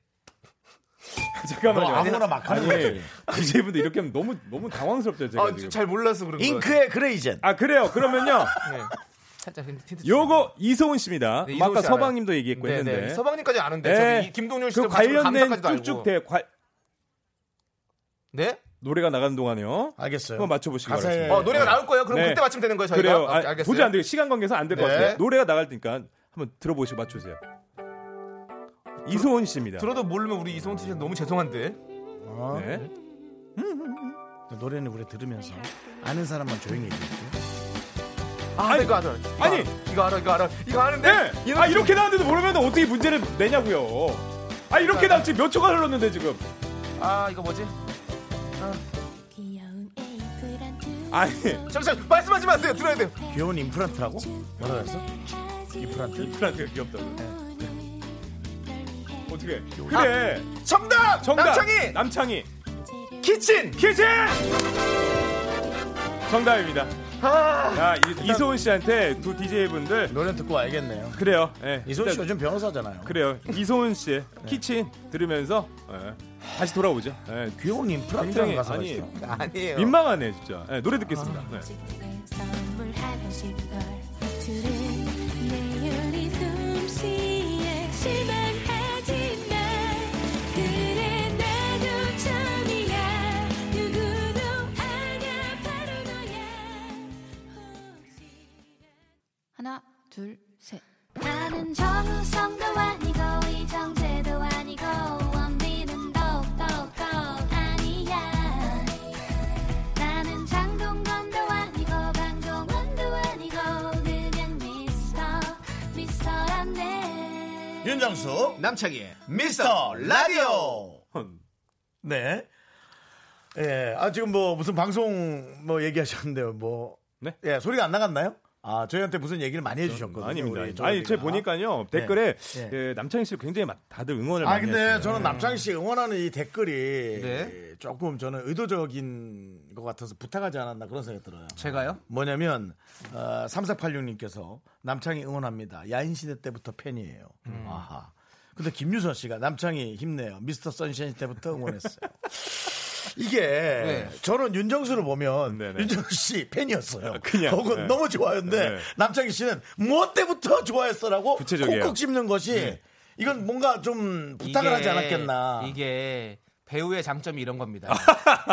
Speaker 6: [LAUGHS] 잠깐만요.
Speaker 1: 너 아무거나 막 하는 거지.
Speaker 6: DJ분도 이렇게 하면 너무 너무 당황스럽죠, 제가
Speaker 2: 아,
Speaker 6: 지금.
Speaker 2: 잘 몰라서 그런 거예요.
Speaker 1: 잉크의 그레이젠
Speaker 6: 아, 그래요. 그러면요.
Speaker 2: 네. 살짝 힌트 힌트 주세요.
Speaker 6: 요거 이소은 씨입니다.
Speaker 2: 네,
Speaker 6: 음,
Speaker 2: 이소은
Speaker 6: 아까
Speaker 2: 씨
Speaker 6: 서방
Speaker 2: 알아요.
Speaker 6: 님도 얘기했고
Speaker 2: 네,
Speaker 6: 했는데.
Speaker 2: 네. 서방님까지 아는데
Speaker 6: 네.
Speaker 2: 저기 김동률
Speaker 6: 그
Speaker 2: 씨도 관련된
Speaker 6: 관련된
Speaker 2: 감사까지도 알고.
Speaker 6: 쭉쭉 대 과-
Speaker 2: 네?
Speaker 6: 노래가 나가는 동안에요.
Speaker 1: 알겠어요
Speaker 6: 한번 맞춰 보시기
Speaker 1: 가사에-
Speaker 6: 바랍니다.
Speaker 2: 어, 노래가 나올 거예요. 그럼
Speaker 6: 네.
Speaker 2: 그때 맞추면 되는 거예요, 아, 저희가.
Speaker 6: 그래요.
Speaker 2: 아,
Speaker 6: 아,
Speaker 2: 알겠어요.
Speaker 6: 도저히 안 돼요. 시간 관계상 안 될 것
Speaker 2: 네.
Speaker 6: 같아요. 노래가 나갈 테니까 한번 들어보시고 맞춰주세요. 이소은 씨입니다.
Speaker 2: 들어도 모르면 우리 이소은 씨는 너무 죄송한데.
Speaker 1: 어?
Speaker 6: 네.
Speaker 1: 그 노래는 우리 들으면서 아는 사람만 조용히 얘기할게요
Speaker 2: 아, 이거 알아. 이거
Speaker 6: 아니.
Speaker 2: 알아. 이거 알아. 이거 알아. 이거 아는데.
Speaker 6: 네. 아 이렇게 나왔는데 모르면 어떻게 문제를 내냐고요. 아
Speaker 2: 네.
Speaker 6: 이렇게 나왔 지금 몇 초가 흘렀는데 지금.
Speaker 2: 아, 이거 뭐지?
Speaker 4: 귀여운 에이프란 두
Speaker 6: 아니
Speaker 2: 잠시만 말씀하지 마세요. 들어야 돼요.
Speaker 1: 귀여운 임플란트라고? 뭐라 그랬어? 임플란트?
Speaker 6: 이프란트 귀엽다고. 네. 어떻게? 그래.
Speaker 2: 정답!
Speaker 6: 정답.
Speaker 2: 남창희!
Speaker 6: 남창희.
Speaker 2: 키친!
Speaker 6: 키즈. 정답입니다.
Speaker 1: 아.
Speaker 6: 자 이, 이소은 씨한테 두 DJ 분들
Speaker 1: 노래 듣고 와야겠네요
Speaker 6: 그래요. 예.
Speaker 1: 이소은 씨
Speaker 6: 일단
Speaker 1: 네. 요즘 변호사잖아요
Speaker 6: 그래요. 이소은 씨의 키친 들으면서 예. 다시 돌아오죠. 예.
Speaker 1: 귀여운 임플란트라는
Speaker 6: 굉장히
Speaker 1: 가사가
Speaker 6: 아니
Speaker 1: 있어
Speaker 2: 아니에요.
Speaker 6: 민망하네 진짜. 예, 노래 듣겠습니다.
Speaker 1: 아.
Speaker 6: 네.
Speaker 4: 선물하고 싶걸 들은 내연이 솜씨에 실망하지만 그래 나도 처음이야 누구도 아냐 바로 너야 하나 둘셋 나는 정우성도 아니고 이정재도 아니고 원빈은 더욱더 아니야 나는 장동건도 아니고 강동원도 아니고 그냥 미스터 미스터란데
Speaker 1: 윤정수
Speaker 2: 남창희.
Speaker 1: 미스터 라디오 네. 예, 아 지금 뭐 무슨 방송 뭐 얘기하셨는데요. 뭐
Speaker 6: 네?
Speaker 1: 예, 소리가 안 나갔나요? 아, 저희한테 무슨 얘기를 많이 해주셨거든요.
Speaker 6: 아닙니다.
Speaker 1: 우리
Speaker 6: 아니, 제
Speaker 1: 조현이가.
Speaker 6: 보니까요 댓글에
Speaker 1: 네.
Speaker 6: 예, 남창희 씨를 굉장히 막 다들 응원을
Speaker 1: 아,
Speaker 6: 많이
Speaker 1: 근데
Speaker 6: 했어요. 네.
Speaker 1: 저는 남창희 씨 응원하는 이 댓글이
Speaker 2: 네.
Speaker 1: 조금 저는 의도적인 것 같아서 부탁하지 않았나 그런 생각이 들어요.
Speaker 2: 제가요?
Speaker 1: 뭐냐면 어, 3486님께서 남창희 응원합니다. 야인시대 때부터 팬이에요.
Speaker 6: 음.
Speaker 1: 아하. 근데 김유선 씨가 남창희 힘내요. 미스터 선샤인 때부터
Speaker 6: [LAUGHS]
Speaker 1: 응원했어요. 이게 저는 윤정수를 보면
Speaker 6: 네. 네네.
Speaker 1: 윤정수 씨 팬이었어요.
Speaker 6: 그냥,
Speaker 1: 혹은
Speaker 6: 네.
Speaker 1: 너무 좋아했는데
Speaker 6: 네.
Speaker 1: 남창희 씨는 무엇 때부터 좋아했어라고
Speaker 6: 구체적이에요. 네.
Speaker 1: 콕콕 씹는 것이 이건 뭔가 좀 부탁을 하지
Speaker 2: 이게-
Speaker 1: 않았겠나.
Speaker 2: 이게 배우의 장점이
Speaker 6: [LAUGHS]
Speaker 2: 이런 겁니다.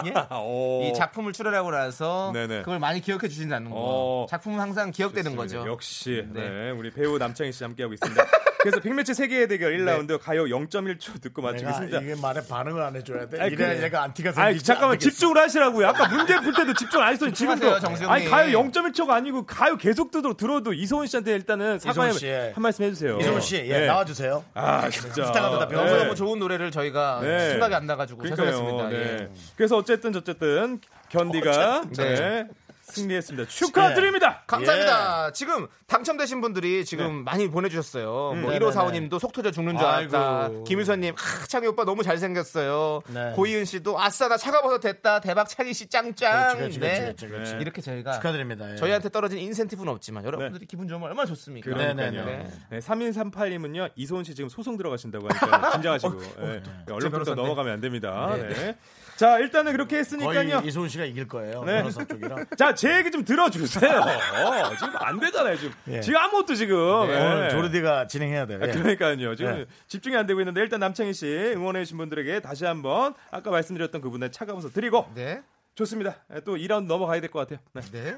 Speaker 2: 예?
Speaker 6: 오.
Speaker 2: 이 작품을 출연하고 나서
Speaker 6: 어. 네네.
Speaker 2: 그걸 많이 기억해 주신다는 거.
Speaker 6: 어.
Speaker 2: 작품은 항상 기억되는
Speaker 6: 좋습니다.
Speaker 2: 거죠.
Speaker 6: 역시
Speaker 2: 네.
Speaker 6: 네. 우리 배우 남창희 씨 함께하고 있습니다. 그래서 빅매치 세계의 대결 1라운드 가요 0.1초 듣고
Speaker 1: 네. 내가
Speaker 6: 맞추고 있습니다.
Speaker 1: 이게 말에 반응을 안 해줘야 돼.
Speaker 6: 아, 아니,
Speaker 1: 이래야
Speaker 6: 그래.
Speaker 1: 얘가 안티가 생기지.
Speaker 6: 아니 잠깐만
Speaker 1: 안 되겠어.
Speaker 6: 집중을 하시라고요. 아까 문제 풀 때도 집중 안 했어요. 지금도
Speaker 2: 집중하세요, 정수영님.
Speaker 6: 아니 가요 0.1초가 아니고 가요 계속 들어 들어도 이소은 씨한테 일단은 사과의
Speaker 1: 이소은 씨, 예.
Speaker 6: 한 말씀 해주세요.
Speaker 1: 이정훈 씨, 예,
Speaker 6: 네.
Speaker 1: 나와주세요.
Speaker 6: 아 진짜
Speaker 1: 부탁합니다. 병원
Speaker 2: 너무너무
Speaker 1: 네.
Speaker 2: 뭐 좋은 노래를 저희가
Speaker 6: 네.
Speaker 2: 생각이 안 나가지고 죄송했습니다.
Speaker 6: 그러니까요.
Speaker 2: 예.
Speaker 6: 네. 그래서 어쨌든 어쨌든 견디가
Speaker 2: 어쨌든.
Speaker 6: 네, 승리했습니다. 축하드립니다. 예.
Speaker 2: 감사합니다. 지금 당첨되신 분들이
Speaker 6: 네.
Speaker 2: 지금 많이 보내주셨어요.
Speaker 6: 음.
Speaker 2: 뭐 1545님도 속 터져 죽는 줄 알았다.
Speaker 1: 아이고.
Speaker 2: 김유선님, 아, 창희 오빠 너무 잘생겼어요.
Speaker 1: 네.
Speaker 2: 고이은 씨도 아싸 나 차가워서 됐다. 대박 창희 씨 짱짱.
Speaker 1: 그렇지, 그렇지,
Speaker 2: 네.
Speaker 1: 그렇지, 그렇지.
Speaker 2: 이렇게 저희가
Speaker 1: 축하드립니다. 예.
Speaker 2: 아, 저희한테 떨어진 인센티브는 없지만 여러분들이 기분 좋으면 얼마나 좋습니까?
Speaker 1: 그러니까요.
Speaker 2: 네.
Speaker 6: 네, 3138님은요 이소은 씨 지금 소송 들어가신다고 [LAUGHS] 하니까 긴장하시고 예. 네, 얼른부터
Speaker 2: 변호사인데.
Speaker 6: 넘어가면 안 됩니다. 네. 자 일단은 그렇게 했으니까요.
Speaker 1: 거의 이소은 씨가 이길 거예요.
Speaker 6: 네.
Speaker 1: 변호사 쪽이랑.
Speaker 6: 자 제 얘기 좀 [LAUGHS] 들어주세요. 어, 지금 안 되잖아요 지금.
Speaker 1: 예.
Speaker 6: 지금 아무것도 지금. 예.
Speaker 1: 오늘 조르디가 진행해야 돼요.
Speaker 6: 아,
Speaker 1: 예.
Speaker 6: 그러니까요. 지금
Speaker 1: 네.
Speaker 6: 집중이 안 되고 있는데 일단 남창희 씨 응원해 주신 분들에게 다시 한번 아까 말씀드렸던 그분의 차가운 서 드리고
Speaker 2: 네.
Speaker 6: 좋습니다. 예, 또 2라운드 넘어가야 될 것 같아요. 네.
Speaker 2: 네.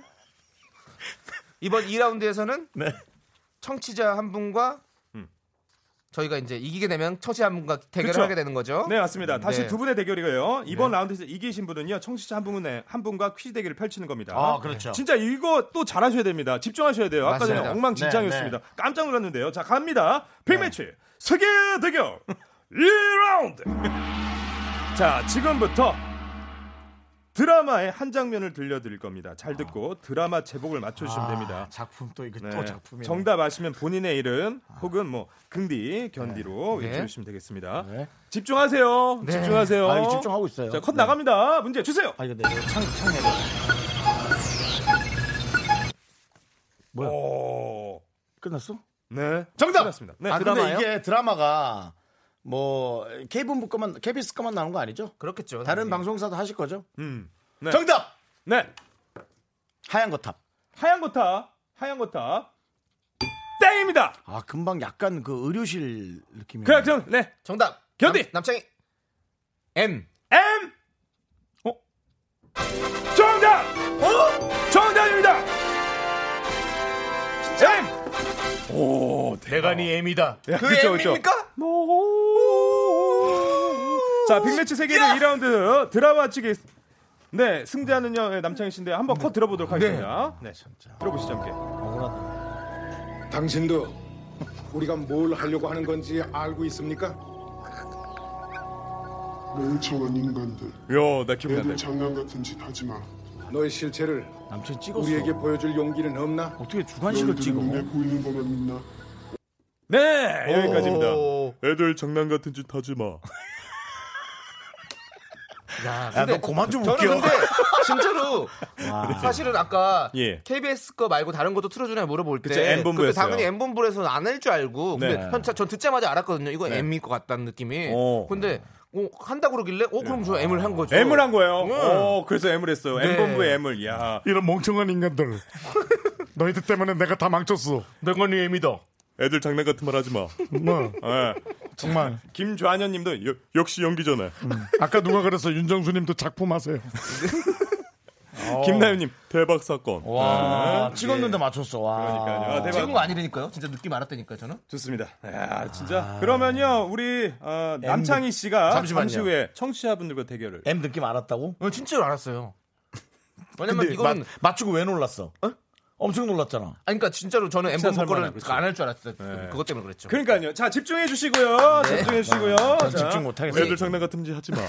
Speaker 2: 이번 2라운드에서는
Speaker 1: 네.
Speaker 2: 청취자 한 분과 저희가 이제 이기게 되면 청취자 한 분과 대결을
Speaker 6: 음. 그쵸.
Speaker 2: 하게 되는 거죠.
Speaker 6: 네, 맞습니다. 다시
Speaker 2: 네.
Speaker 6: 두 분의 대결이고요. 이번 라운드에서 이기신 분은요, 청취자 한 분의 한 분과 퀴즈 대결을 펼치는 겁니다.
Speaker 1: 아, 그렇죠.
Speaker 6: 진짜 이거 또 잘하셔야 됩니다. 집중하셔야 돼요. 아까 전에
Speaker 2: 맞습니다.
Speaker 6: 엉망진창이었습니다.
Speaker 1: 네,
Speaker 6: 깜짝 놀랐는데요. 자, 갑니다. 빅매치 세계 대결 1라운드. [LAUGHS] 자, 지금부터 드라마의 한 장면을 들려드릴 겁니다. 잘 듣고 드라마 제목을 맞춰주시면 됩니다.
Speaker 1: 아, 작품 또 이거
Speaker 6: 네.
Speaker 1: 또 작품이.
Speaker 6: 정답 아시면 본인의 이름 혹은 뭐 긍디 견디로
Speaker 2: 네.
Speaker 6: 외쳐주시면 되겠습니다.
Speaker 1: 네.
Speaker 6: 집중하세요.
Speaker 2: 네.
Speaker 6: 집중하세요.
Speaker 1: 아, 이거 집중하고 있어요.
Speaker 6: 자, 컷
Speaker 1: 네.
Speaker 6: 나갑니다. 문제 주세요.
Speaker 1: 아, 이거 내 창, 창 내려. 뭐야?
Speaker 6: 오.
Speaker 1: 끝났어?
Speaker 6: 네.
Speaker 1: 정답!
Speaker 6: 끝났습니다. 네.
Speaker 1: 아,
Speaker 2: 드라마예요?
Speaker 1: 근데 이게 드라마가 뭐, 케이블 거만, KBS 거만 나온 거 아니죠?
Speaker 2: 그렇겠죠.
Speaker 1: 다른
Speaker 2: 당연히.
Speaker 1: 방송사도 하실 거죠?
Speaker 6: 음. 네.
Speaker 1: 정답!
Speaker 6: 네.
Speaker 1: 하얀 거탑.
Speaker 6: 하얀 거탑. 하얀 거탑. 땡입니다.
Speaker 1: 아, 금방 약간 그 의료실 느낌이.
Speaker 6: 그래, 정 네.
Speaker 2: 정답.
Speaker 6: 견디!
Speaker 2: 남, 남창희. M.
Speaker 6: M. 어? 정답. 어? 정답입니다. M. 오,
Speaker 2: 내가 네 M이다. 그
Speaker 6: 야, 그쵸, 그쵸.
Speaker 2: M입니까?
Speaker 6: 자, 빅매치 세계는 2라운드 드라마 측의 네, 승자는요. 예, 남창희 씨인데 한번 컷 들어보도록 하겠습니다. 네. 들어보시죠, 함께.
Speaker 9: 당신도 우리가 뭘 하려고 하는 건지 알고 있습니까?
Speaker 10: 멍청한 인간들
Speaker 6: 요, 나 기분
Speaker 10: 애들
Speaker 6: 난다.
Speaker 10: 장난 같은 짓 하지 마
Speaker 9: 너의 실체를
Speaker 1: 남친 찍었어.
Speaker 9: 우리에게 보여줄 용기는 없나?
Speaker 1: 어떻게 주관식을 찍어?
Speaker 10: 너희들은 눈에 보이는 것만 믿나
Speaker 6: 네, 여기까지입니다.
Speaker 2: 오.
Speaker 6: 애들 장난 같은 짓 하지 마.
Speaker 2: 야,
Speaker 6: 아,
Speaker 1: 야,
Speaker 2: 근데
Speaker 1: 너 그만 좀
Speaker 2: 저는
Speaker 1: 웃겨.
Speaker 2: 근데
Speaker 6: [LAUGHS]
Speaker 2: 진짜로 사실은 아까
Speaker 6: 예.
Speaker 2: KBS 거 말고 다른 것도 틀어주냐 물어볼 때
Speaker 6: 그쵸, M본부였어요.
Speaker 2: 그때 당연히 M본부에서는 안 할 줄 알고 근데
Speaker 6: 네.
Speaker 2: 현- 전 듣자마자 알았거든요 이거 M일 것 같다는 느낌이
Speaker 6: 어.
Speaker 2: 근데 어, 한다고 그러길래 어 그럼 저 M을 한 거죠
Speaker 6: M을 한 거예요.
Speaker 2: 네.
Speaker 6: 오, 그래서 M을 했어요. M본부의 M을. 야.
Speaker 10: 이런 멍청한 인간들 너희들 때문에 내가 다 망쳤어
Speaker 1: 내가 네 애미다.
Speaker 6: 애들 장난 같은 말 하지 마.
Speaker 10: 뭐
Speaker 6: 예.
Speaker 10: 정말 음.
Speaker 6: 김좌년 님도 여- 역시 연기잖아.
Speaker 10: 아까 누가 그랬어 윤정수님도 작품 하세요
Speaker 6: [LAUGHS] 김나연 님 대박 사건. 네. 예.
Speaker 1: 와, 아, 찍었는데 맞췄어. 와.
Speaker 6: 그러니까요. 아, 대박.
Speaker 2: 지금 거 아니라니까요 진짜 느낌 알았다니까요 저는
Speaker 6: 좋습니다. 야, 진짜. 그러면요, 우리 어, 남창희 씨가
Speaker 1: 잠시만요.
Speaker 6: 잠시 후에 청취자분들과 대결을.
Speaker 1: M 느낌 알았다고?
Speaker 2: 어, 진짜로 알았어요 왜냐면
Speaker 6: 네,
Speaker 1: 근데
Speaker 2: 이거는
Speaker 1: 맞, 맞추고 왜 놀랐어? 엄청 놀랐잖아.
Speaker 2: 아니, 그러니까 진짜로 저는
Speaker 6: 진짜
Speaker 2: 엠범 복거를
Speaker 6: 설마네, 그렇죠.
Speaker 2: 안 할 줄 알았어요. 그것 때문에 그랬죠.
Speaker 6: 그러니까요. 자 집중해 주시고요. 집중해 주시고요. 자,
Speaker 1: 집중 못하겠어요.
Speaker 6: 애들 장난 같은 짓 하지 마.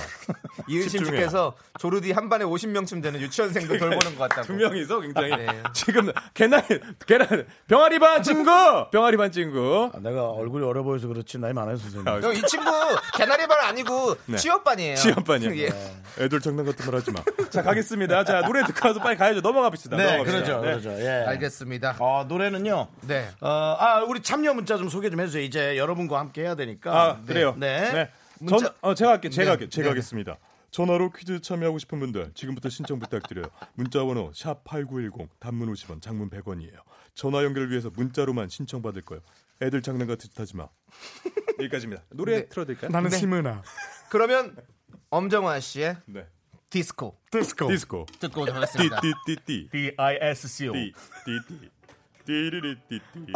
Speaker 2: 이은심님께서 조르디 한 반에 50명쯤 되는 유치원생도 돌보는 것
Speaker 6: [LAUGHS]
Speaker 2: 같다고.
Speaker 6: 두 명이서
Speaker 1: 아,
Speaker 6: 굉장히
Speaker 2: 네.
Speaker 6: 지금 개나 개나 병아리 반 친구 병아리 반 친구.
Speaker 1: 아, 내가 얼굴이 어려 보여서 그렇지 나이 많아요 선생님.
Speaker 2: 형, 이 친구 개나리반 아니고
Speaker 6: 네.
Speaker 2: 취업반이에요.
Speaker 6: 취업반이요. 네.
Speaker 2: 예.
Speaker 6: 애들 장난 같은 말 하지 마. 자 가겠습니다. 자 노래 듣고 와서 빨리 가야죠. 넘어가 봅시다.
Speaker 1: 네,
Speaker 6: 넘어갑시다.
Speaker 1: 그러죠,
Speaker 6: 네.
Speaker 1: 그러죠. 예.
Speaker 2: 알겠습니다.
Speaker 1: 어, 노래는요.
Speaker 2: 네.
Speaker 1: 어, 아, 우리 참여 문자 좀 소개 좀 해주세요. 이제 여러분과 함께 해야 되니까.
Speaker 6: 아 그래요.
Speaker 1: 네.
Speaker 6: 전,
Speaker 2: 문자-
Speaker 6: 어, 제가 할게요. 제가
Speaker 2: 네,
Speaker 6: 할게요. 제가
Speaker 2: 네.
Speaker 6: 하겠습니다. 전화로 퀴즈 참여하고 싶은 분들 지금부터 신청 부탁드려요. 문자 번호 샵 8910 단문 50원 장문 100원이에요. 전화 연결을 위해서 문자로만 신청 받을 거예요. 애들 장난 같은 짓 하지 마. 여기까지입니다. 노래
Speaker 2: 네.
Speaker 6: 틀어드릴까요?
Speaker 10: 나는 심은아.
Speaker 2: 그러면 엄정화 씨의
Speaker 6: 네.
Speaker 2: 디스코 네.
Speaker 10: 디스코.
Speaker 6: 디스코.
Speaker 2: 듣고 오도록 하겠습니다.
Speaker 6: 띠띠띠띠.
Speaker 11: DISCO.
Speaker 6: 띠띠띠. 띠리리띠띠.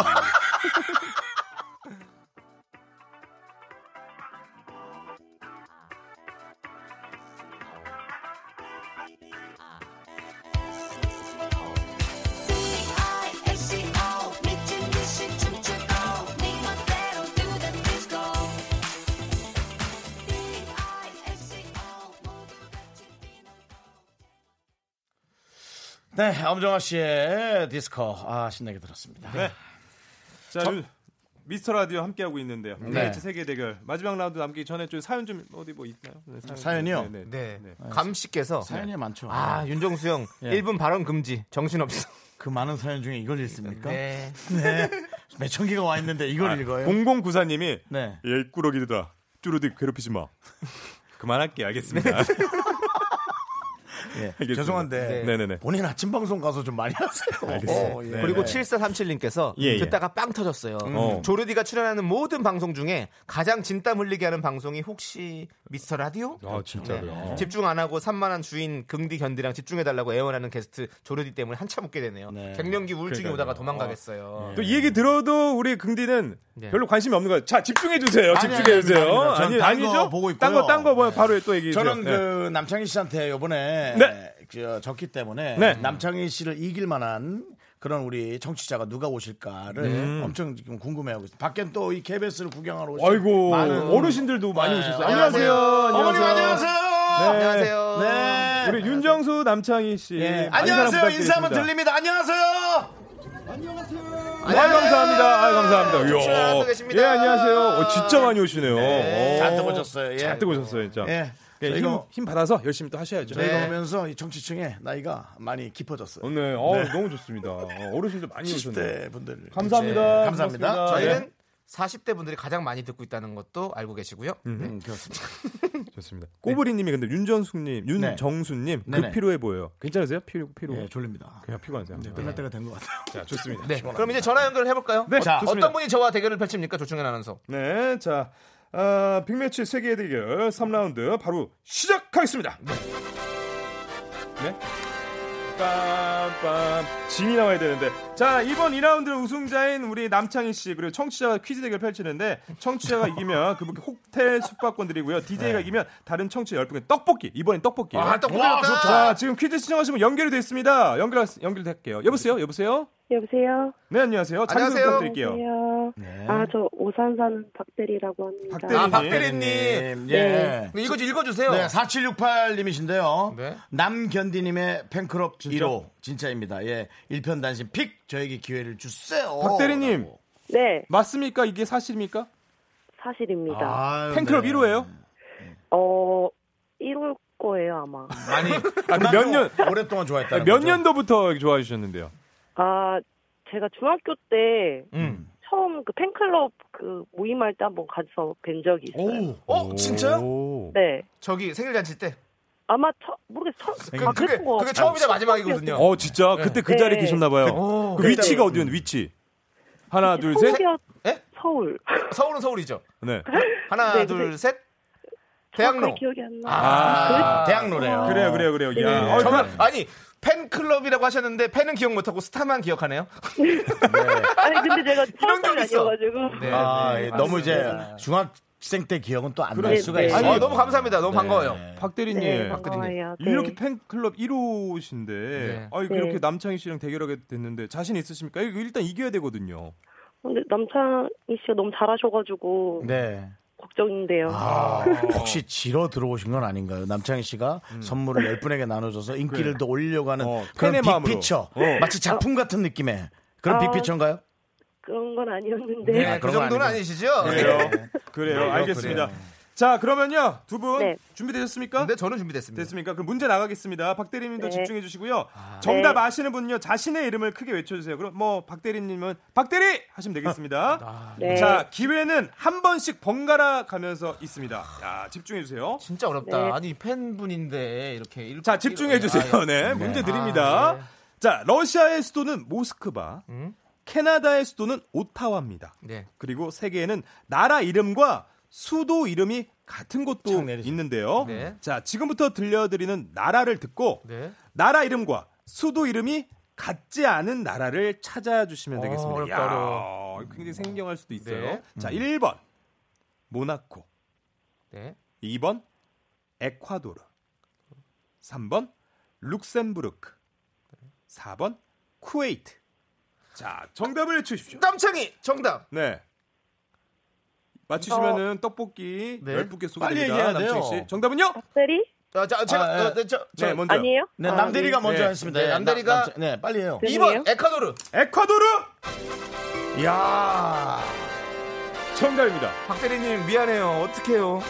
Speaker 4: D-I-S-C-O 미친 듯이 춤추고 네 멋대로 do the disco D-I-S-C-O 모두 같이 뛰는
Speaker 1: 네, 엄정화 씨의 디스코. 아, 신나게 들었습니다.
Speaker 6: 네. 자, 요- 미스터 라디오 함께 하고 있는데요.
Speaker 2: 네.
Speaker 6: 네. 세계 대결 마지막 라운드 남기 전에 좀 사연 좀 어디 뭐 있나요? 네, 사연 좀-
Speaker 1: 사연이요?
Speaker 6: 네, 네.
Speaker 2: 네. 감 씨께서
Speaker 1: 사연이 많죠.
Speaker 2: 아, 윤정수 형
Speaker 1: 예.
Speaker 2: 1분 발언 금지. 정신없어.
Speaker 1: 그 많은 사연 중에 이걸 읽습니까?
Speaker 2: 네.
Speaker 1: 네. 몇천 개가 와 있는데 이걸 읽어요?
Speaker 6: 0094님이
Speaker 1: 네.
Speaker 6: 아, 일꾸러기들아 쭈르디 괴롭히지 [LAUGHS] 마. 그만할게 알겠습니다. [LAUGHS]
Speaker 1: 예.
Speaker 6: 알겠습니다.
Speaker 1: 죄송한데
Speaker 6: 네네네.
Speaker 1: 본인 아침 방송 가서 좀 많이
Speaker 6: [LAUGHS]
Speaker 1: 하세요.
Speaker 6: 알겠어요.
Speaker 1: 어, 예.
Speaker 6: 네.
Speaker 2: 그리고 7437님께서
Speaker 6: 예, 예.
Speaker 2: 듣다가 빵 터졌어요. 음,
Speaker 6: 어.
Speaker 2: 조르디가 출연하는 모든 방송 중에 가장 진땀 흘리게 하는 방송이 혹시 미스터 라디오?
Speaker 6: 아
Speaker 2: 네.
Speaker 6: 진짜로요. 어.
Speaker 2: 집중 안 하고 산만한 주인 금디 견디랑 집중해달라고 애원하는 게스트 조르디 때문에 한참 웃게 되네요.
Speaker 1: 네.
Speaker 2: 갱년기 우울증이
Speaker 6: 그러니까요.
Speaker 2: 오다가 도망가겠어요.
Speaker 6: 또 이 얘기 들어도 우리 긍디는
Speaker 2: 예. 네.
Speaker 6: 별로 관심이 없는 거예요. 자 집중해 주세요.
Speaker 1: 아니,
Speaker 6: 집중해 주세요.
Speaker 1: 아니, 아니, 아니,
Speaker 6: 아니,
Speaker 1: 저는 딴거
Speaker 6: 아니죠?
Speaker 1: 보고
Speaker 6: 딴 거
Speaker 1: 있고요. 네.
Speaker 6: 딴 거뭐 바로 또 얘기해 주세요.
Speaker 1: 저는 그 남창희 씨한테 요번에
Speaker 6: 네.
Speaker 1: 그 졌기 때문에
Speaker 6: 네.
Speaker 1: 남창희 씨를 이길 만한 그런 우리 정치자가 누가 오실까를 엄청 지금 궁금해하고 있어요. 밖엔 또 이 KBS를 구경하러 오신
Speaker 6: 음. 아이고
Speaker 1: 많은
Speaker 6: 어르신들도 많이
Speaker 1: 네,
Speaker 6: 오셨어요.
Speaker 2: 안녕하세요. 네.
Speaker 6: 안녕하세요.
Speaker 1: 어머님 안녕하세요.
Speaker 2: 안녕하세요.
Speaker 1: 네.
Speaker 6: 우리 윤정수 남창희 씨.
Speaker 1: 예.
Speaker 6: 많은
Speaker 1: 안녕하세요.
Speaker 6: 사랑
Speaker 1: 인사 한번
Speaker 6: 부탁드리겠습니다.
Speaker 1: 들립니다. 안녕하세요.
Speaker 6: 아, 감사합니다. 아, 감사합니다.
Speaker 2: 네,
Speaker 6: 이야.
Speaker 2: 출연하고 계십니다.
Speaker 6: 예, 안녕하세요. 어, 진짜 많이 오시네요. 어.
Speaker 1: 잘뜨고 오셨어요. 예.
Speaker 6: 잘 뜨고 오셨어요, 진짜.
Speaker 1: 예.
Speaker 6: 예, 힘, 네.
Speaker 1: 저희가 네.
Speaker 6: 힘 받아서 열심히 또 하셔야죠.
Speaker 1: 저희가 오면서 이 정치층의 나이가 많이 깊어졌어요.
Speaker 6: 오늘 어, 너무 좋습니다. 어, 어르신들 많이 오셨네요.
Speaker 1: 네. 70대 분들.
Speaker 6: 감사합니다.
Speaker 1: 네, 감사합니다.
Speaker 6: 고맙습니다.
Speaker 2: 저희는
Speaker 6: 예,
Speaker 2: 40대 분들이 가장 많이 듣고 있다는 것도 알고 계시고요.
Speaker 1: 음, 그렇습니다.
Speaker 6: 좋습니다. 꼬부리님이 근데 윤전숙님, 윤정수님
Speaker 1: 네. 네네.
Speaker 6: 그 피로해 보여요. 괜찮으세요? 피로 피로.
Speaker 1: 예, 졸립니다.
Speaker 6: 그냥 피곤하세요.
Speaker 1: 끝날 때가 된 것 같아요.
Speaker 6: 자, 좋습니다.
Speaker 2: 네. 그럼 이제 전화 연결을 해볼까요?
Speaker 6: 네,
Speaker 2: 어,
Speaker 6: 자, 좋습니다.
Speaker 2: 어떤 분이 저와 대결을 펼칩니까? 조충현 아나운서.
Speaker 6: 네, 자, 아, 빅매치 세계 대결 3라운드 바로 시작하겠습니다. 네. 빰빰 짐이 나와야 되는데 자 이번 2라운드는 우승자인 우리 남창희 씨 그리고 청취자가 퀴즈 대결 펼치는데
Speaker 2: [LAUGHS]
Speaker 6: 청취자가 이기면 그분께 호텔 숙박권 드리고요 DJ가 이기면 다른 청취자 10분께 떡볶이 이번엔 떡볶이
Speaker 2: 네. 아, 떡볶이
Speaker 6: 와,
Speaker 2: 좋다.
Speaker 6: 자 지금 퀴즈 신청하시면 연결이 돼 있습니다 연결 연결될게요 여보세요 여보세요
Speaker 12: 여보세요.
Speaker 6: 네 안녕하세요 자기 소개
Speaker 2: 안녕하세요.
Speaker 6: 부탁드릴게요 네.
Speaker 12: 안녕하세요. 아, 저 오산 사는 박대리라고 합니다.
Speaker 6: 박대리.
Speaker 2: 아, 박대리님.
Speaker 6: 네,
Speaker 1: 예.
Speaker 2: 네, 이거 좀 읽어주세요.
Speaker 1: 네, 4768님이신데요.
Speaker 2: 네.
Speaker 1: 남견디님의 팬클럽 1호 진짜입니다. 예, 일편 단신 픽 저에게 기회를 주세요.
Speaker 6: 박대리님.
Speaker 1: 라고.
Speaker 12: 네,
Speaker 6: 맞습니까 이게 사실입니까
Speaker 12: 사실입니다.
Speaker 1: 아유,
Speaker 6: 팬클럽
Speaker 1: 네.
Speaker 6: 1호예요
Speaker 12: 어, 1월 거예요, 아마.
Speaker 1: 아니,
Speaker 6: 그몇 년-
Speaker 1: 오랫동안 좋아했다.
Speaker 6: 몇 년도부터 좋아해 주셨는데요?
Speaker 12: 아, 제가 중학교 때
Speaker 6: 음.
Speaker 12: 처음 그 팬클럽 그 모임할 때 한번 가서 뵌 적이 있어요.
Speaker 2: 어, 진짜?
Speaker 12: 네.
Speaker 2: 저기 생일 잔치 때.
Speaker 12: 아마 처, 모르겠어.
Speaker 2: 그,
Speaker 12: 아,
Speaker 2: 그게,
Speaker 12: 그랬던 거
Speaker 2: 그게
Speaker 12: 같아요.
Speaker 2: 처음이자 마지막이거든요.
Speaker 6: 어, 진짜 그때 그 자리에
Speaker 12: 네.
Speaker 6: 계셨나 봐요. 그 위치가 어디였는 위치? 하나, 둘, 셋.
Speaker 12: 서울이었-
Speaker 2: 예?
Speaker 12: 서울. 아,
Speaker 2: 서울은 서울이죠.
Speaker 6: 네.
Speaker 2: 하나,
Speaker 12: 네, 어,
Speaker 2: 둘,
Speaker 12: 근데-
Speaker 2: 셋.
Speaker 12: 정확하게
Speaker 2: 대학로.
Speaker 12: 기억이 안 나.
Speaker 6: 아,
Speaker 1: 대학 노래요.
Speaker 6: 그래요, 그래요, 그래요. 야, 어,
Speaker 2: 정말
Speaker 6: 정말
Speaker 2: 네. 아니 팬클럽이라고 하셨는데 팬은 기억 못하고 스타만 기억하네요.
Speaker 12: 아니, 근데 제가 처음
Speaker 2: 기억이 있어.
Speaker 12: 아니어가지고.
Speaker 2: 네.
Speaker 1: 아, 예, 너무 이제 중학 학생 때 기억은 또 안 날
Speaker 6: 그럴
Speaker 1: 수가 있어요.
Speaker 2: 아, 너무 감사합니다. 너무
Speaker 1: 네.
Speaker 2: 반가워요.
Speaker 6: 그 박 대리님,
Speaker 2: 네,
Speaker 6: 박 대리님.
Speaker 12: 아,
Speaker 2: 반가워요. 네.
Speaker 6: 이렇게 팬클럽 1호신데 아, 이렇게
Speaker 12: 네.
Speaker 6: 남창희 씨랑 대결하게 됐는데 자신 있으십니까? 이거 일단 이겨야 되거든요.
Speaker 12: 근데 남창희 씨가 너무 잘하셔가지고
Speaker 1: 네. 아.
Speaker 12: 걱정인데요.
Speaker 6: 아.
Speaker 1: 혹시 지러 들어오신 건 아닌가요? 남창희 씨가 선물을 10분에게 나눠줘서
Speaker 6: 음.
Speaker 1: 인기를
Speaker 6: 그래. 어,
Speaker 1: 더 올리려고 하는
Speaker 6: 팬의
Speaker 1: 그런
Speaker 6: 마음으로.
Speaker 1: 빅피처.
Speaker 6: 어.
Speaker 1: 마치 작품 같은 느낌의 그런
Speaker 12: 아.
Speaker 1: 빅피처인가요?
Speaker 12: 그런 건 아니었는데.
Speaker 1: 네, 아, 그 그런 건 정도는 아니고.
Speaker 2: 아니시죠?
Speaker 6: 그래요.
Speaker 2: 네.
Speaker 6: 그래요.
Speaker 2: 그래요,
Speaker 6: 알겠습니다.
Speaker 2: 그래요.
Speaker 6: 자, 그러면요. 두 분
Speaker 2: 네.
Speaker 6: 준비되셨습니까?
Speaker 2: 네, 저는 준비됐습니다.
Speaker 6: 됐습니까? 그럼 문제 나가겠습니다. 박 대리님도
Speaker 2: 네.
Speaker 6: 집중해 주시고요. 정답
Speaker 2: 네.
Speaker 6: 아시는 분은요. 자신의 이름을 크게 외쳐 주세요. 그럼 뭐 박 대리님은 박 대리 하시면 되겠습니다.
Speaker 2: 네.
Speaker 6: 자, 기회는 한 번씩 번갈아 가면서 있습니다. 야, 집중해 주세요.
Speaker 2: 진짜 어렵다. 아니 팬분인데 이렇게 이렇게
Speaker 6: 자, 집중해 주세요.
Speaker 2: 아,
Speaker 6: 네. 문제 드립니다.
Speaker 2: 아, 음? 네.
Speaker 6: 자, 러시아의 수도는 모스크바, 캐나다의 수도는 오타와입니다.
Speaker 2: 네.
Speaker 6: 그리고 세계에는 나라 이름과 수도 이름이 같은 곳도 있는데요.
Speaker 2: 네.
Speaker 6: 자, 지금부터 들려드리는 나라를 듣고
Speaker 2: 네.
Speaker 6: 나라 이름과 수도 이름이 같지 않은 나라를 찾아주시면
Speaker 2: 어,
Speaker 6: 되겠습니다.
Speaker 2: 어렵다,
Speaker 6: 야,
Speaker 2: 어려워.
Speaker 6: 굉장히 생경할 수도 있어요.
Speaker 2: 네.
Speaker 6: 자,
Speaker 2: 음.
Speaker 6: 1번 모나코,
Speaker 2: 네.
Speaker 6: 2번 에콰도르, 3번 룩셈부르크, 4번 쿠웨이트. 자, 정답을 주십시오.
Speaker 2: 남창희 정답.
Speaker 6: 네. 맞추시면은 떡볶이
Speaker 2: 어. 네.
Speaker 6: 10분께
Speaker 2: 빨리
Speaker 6: 소개됩니다.
Speaker 2: 얘기해야 돼요.
Speaker 6: 남창희 씨. 정답은요?
Speaker 12: 세리?
Speaker 2: 자, 자, 제가
Speaker 6: 아, 예.
Speaker 2: 어, 네, 저, 저,
Speaker 6: 네, 먼저. 아니에요?
Speaker 1: 네,
Speaker 6: 아,
Speaker 1: 남대리가
Speaker 6: 네.
Speaker 1: 먼저
Speaker 6: 네.
Speaker 1: 했습니다.
Speaker 6: 네,
Speaker 1: 예,
Speaker 6: 남대리가-
Speaker 1: 남- 남- 네, 빨리 해요.
Speaker 2: 2번 어, 에콰도르.
Speaker 6: 에콰도르.
Speaker 1: 이야.
Speaker 6: 정답입니다.
Speaker 2: 박대리님 미안해요. 어떡해요?